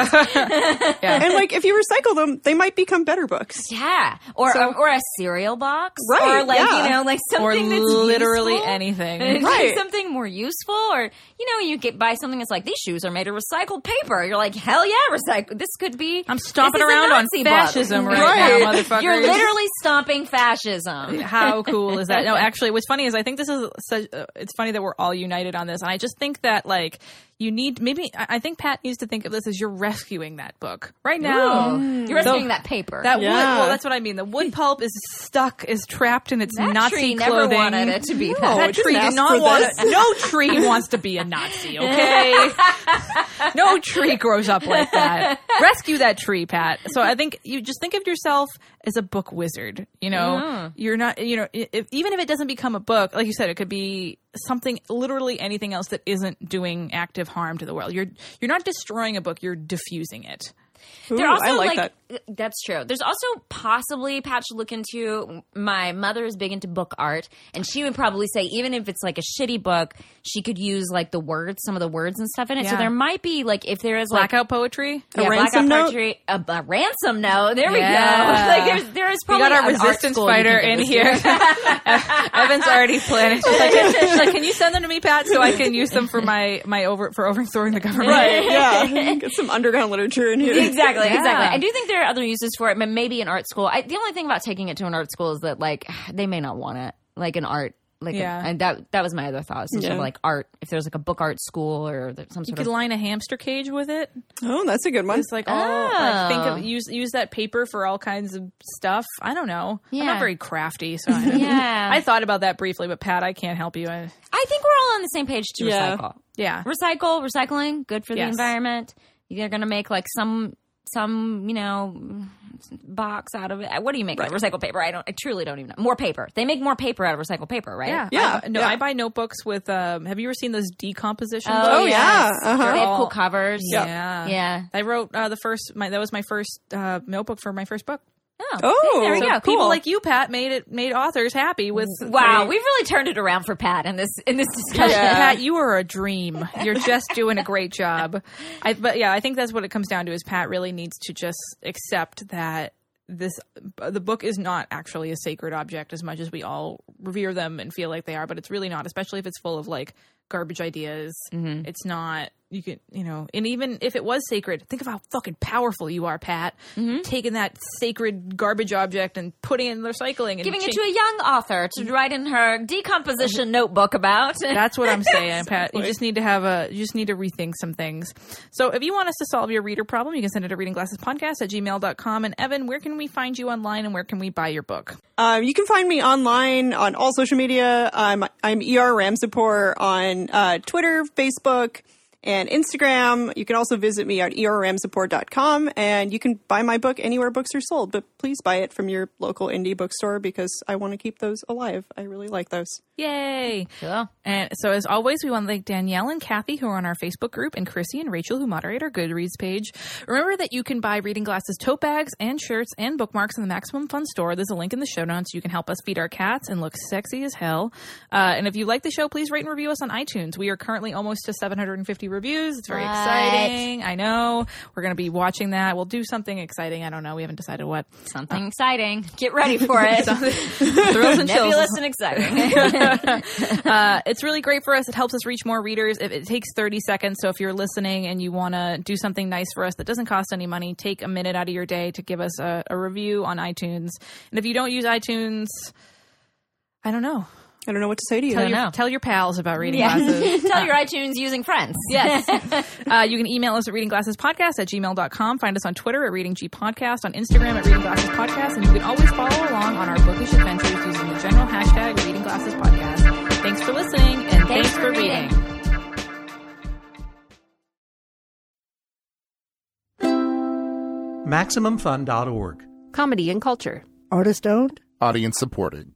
Speaker 6: and like if you recycle them, they might become better books.
Speaker 2: Yeah. Or um, or a cereal box.
Speaker 6: Right,
Speaker 2: Or like
Speaker 6: yeah.
Speaker 2: you know like
Speaker 1: or
Speaker 2: something that's
Speaker 1: literally
Speaker 2: useful.
Speaker 1: anything.
Speaker 2: (laughs) And
Speaker 6: Right.
Speaker 2: something more useful or you know you get buy something that's like these shoes are made of recycled paper you're like hell yeah recycle this could be
Speaker 1: I'm stomping
Speaker 2: this is a
Speaker 1: around on
Speaker 2: Nazi bug.
Speaker 1: fascism right, now, motherfuckers.
Speaker 2: (laughs) you're literally stomping fascism
Speaker 1: How cool is that? No, actually, what's funny is I think this is such. Uh, it's funny that we're all united on this, and I just think that like you need maybe I I think Pat needs to think of this as you're rescuing that book right now.
Speaker 2: You're rescuing
Speaker 1: So-
Speaker 2: that paper.
Speaker 1: Oh. That wood,
Speaker 6: Yeah.
Speaker 1: well, that's what I mean. The wood pulp is stuck, is trapped in its
Speaker 2: That
Speaker 1: Nazi
Speaker 2: tree never
Speaker 1: clothing.
Speaker 2: wanted it to be
Speaker 1: no,
Speaker 2: that.
Speaker 1: that
Speaker 6: It didn't
Speaker 1: tree did
Speaker 6: ask
Speaker 1: not
Speaker 6: for
Speaker 1: want.
Speaker 6: this.
Speaker 1: It. No tree wants to be a
Speaker 2: (laughs)
Speaker 1: Nazi. Okay, no tree grows up like that. Rescue that tree, Pat. So I think you just think of yourself as a book wizard. You know,
Speaker 2: Mm-hmm.
Speaker 1: you're not. You know, i- if, even if it doesn't become a book, like you said, it could be something, literally anything else that isn't doing active harm to the world. You're you're not destroying a book. You're diffusing it.
Speaker 2: They're
Speaker 6: Ooh,
Speaker 2: also uh,
Speaker 6: I like, that.
Speaker 2: That's true. There's also possibly Patch look into. My mother is big into book art, and she would probably say even if it's like a shitty book, she could use like the words, some of the words and stuff in it. So
Speaker 1: Yeah.
Speaker 2: there might be like if there is like
Speaker 1: Blackout poetry.
Speaker 2: yeah, blackout
Speaker 6: ransom note?
Speaker 2: poetry, a, a ransom note. There we
Speaker 1: Yeah.
Speaker 2: go. (laughs) Like there's there is
Speaker 1: We
Speaker 2: probably
Speaker 1: got our
Speaker 2: an art
Speaker 1: resistance
Speaker 2: school you can
Speaker 1: fighter
Speaker 2: give
Speaker 1: in
Speaker 2: this
Speaker 1: here.
Speaker 2: (laughs)
Speaker 1: Evan's already planning. She's like, she's like, "Can you send them to me, Pat, so I can use them for my my over for overthrowing the government?"
Speaker 6: Right.
Speaker 2: (laughs)
Speaker 6: Yeah. Get some underground literature in here.
Speaker 2: exactly, exactly. I do think there are other uses for it, but maybe an art school. I, the only thing about taking it to an art school is that like (sighs) they may not want it, like an art, like
Speaker 1: Yeah.
Speaker 2: and that that was my other thought. Some sort of
Speaker 6: Yeah.
Speaker 2: like art, if there's like a book art school or there- some
Speaker 1: You
Speaker 2: sort
Speaker 1: could
Speaker 2: of
Speaker 1: line a hamster cage with it.
Speaker 6: Oh, that's a good one.
Speaker 1: It's like all like, think
Speaker 2: Oh.
Speaker 1: of use use that paper for all kinds of stuff. I don't know. I'm
Speaker 2: Yeah.
Speaker 1: not very crafty, so (laughs) I don't
Speaker 2: Yeah.
Speaker 1: I thought about that briefly, but Pat, I can't help you. I,
Speaker 2: I think we're all on the same page to
Speaker 6: Yeah.
Speaker 2: recycle.
Speaker 1: yeah,
Speaker 2: Recycle, recycling, good for the
Speaker 1: Yes.
Speaker 2: environment. You're gonna make like some some you know box out of it. What do you make? out of Recycled paper? I don't. I truly don't even know. More paper. They make more paper out of recycled paper, right?
Speaker 1: yeah,
Speaker 6: Yeah,
Speaker 1: I, no,
Speaker 6: yeah.
Speaker 1: I buy notebooks with. Um, have you ever seen those decomposition?
Speaker 2: Oh,
Speaker 1: books?
Speaker 6: yeah.
Speaker 2: They
Speaker 6: Uh-huh.
Speaker 2: have cool covers.
Speaker 1: Yeah.
Speaker 2: Yeah.
Speaker 1: I wrote uh, the first. My that was my first uh, notebook for my first book.
Speaker 2: Oh,
Speaker 6: Oh,
Speaker 2: there we
Speaker 6: so
Speaker 2: go.
Speaker 6: cool.
Speaker 1: People like you, Pat, made it made authors happy with.
Speaker 2: Wow,
Speaker 1: they-
Speaker 2: we've really turned it around for Pat in this in this discussion.
Speaker 6: Yeah.
Speaker 1: Pat, you are a dream. You're just doing a great job. I, but yeah, I think that's what it comes down to. Is Pat really needs to just accept that this the book is not actually a sacred object as much as we all revere them and feel like they are, but it's really not. Especially if it's full of like garbage ideas.
Speaker 2: Mm-hmm.
Speaker 1: It's not. You can, you know, and even if it was sacred, think of how fucking powerful you are, Pat.
Speaker 2: Mm-hmm.
Speaker 1: Taking that sacred garbage object and putting it in the recycling and
Speaker 2: Giving it
Speaker 1: chang-
Speaker 2: to a young author to write in her decomposition notebook about.
Speaker 1: (laughs) That's what I'm saying, Pat. You just need to have a you just need to rethink some things. So if you want us to solve your reader problem, you can send it to readingglassespodcast at gmail.com. And Evan, where can we find you online and where can we buy your book?
Speaker 6: Um, you can find me online on all social media. I'm I'm ER Ramsapor on uh, Twitter, Facebook, and Instagram. You can also visit me at E erramsapor.com and you can buy my book anywhere books are sold, but please buy it from your local indie bookstore because I want to keep those alive. I really like those.
Speaker 1: Yay.
Speaker 2: Cool.
Speaker 1: And so as always, we want to thank Danielle and Kathy who are on our Facebook group and Chrissy and Rachel who moderate our Goodreads page. Remember that you can buy Reading Glasses tote bags and shirts and bookmarks in the Maximum Fun store. There's a link in the show notes. You can help us feed our cats and look sexy as hell. Uh, and if you like the show, please rate and review us on iTunes. We are currently almost to 750 reviews. It's very
Speaker 2: What?
Speaker 1: exciting. I know. We're going to be watching that. We'll do something exciting. I don't know. We haven't decided what.
Speaker 2: Something (laughs) exciting. Get ready for
Speaker 1: (laughs)
Speaker 2: it.
Speaker 1: Thrills
Speaker 2: (laughs)
Speaker 1: and chills.
Speaker 2: Nebulous
Speaker 1: (laughs)
Speaker 2: and exciting.
Speaker 1: uh, it's really great for us. It helps us reach more readers. It, it takes 30 seconds. So if you're listening and you want to do something nice for us that doesn't cost any money, take a minute out of your day to give us a, a review on iTunes. And if you don't use iTunes, I don't know.
Speaker 6: I don't know what to say to you.
Speaker 1: Tell
Speaker 2: know.
Speaker 1: your, tell your pals about reading
Speaker 2: yeah. (laughs)
Speaker 1: glasses.
Speaker 2: Tell your iTunes using friends.
Speaker 1: Yes. (laughs) uh, you can email us at readingglassespodcast at gmail.com. Find us on Twitter at readinggpodcast, on Instagram at readingglassespodcast, and you can always follow along on our bookish adventures using the general hashtag readingglassespodcast. Thanks for listening, and thanks, for reading.
Speaker 8: MaximumFun.org.
Speaker 9: comedy and culture.
Speaker 10: Artist owned.
Speaker 11: Audience supported.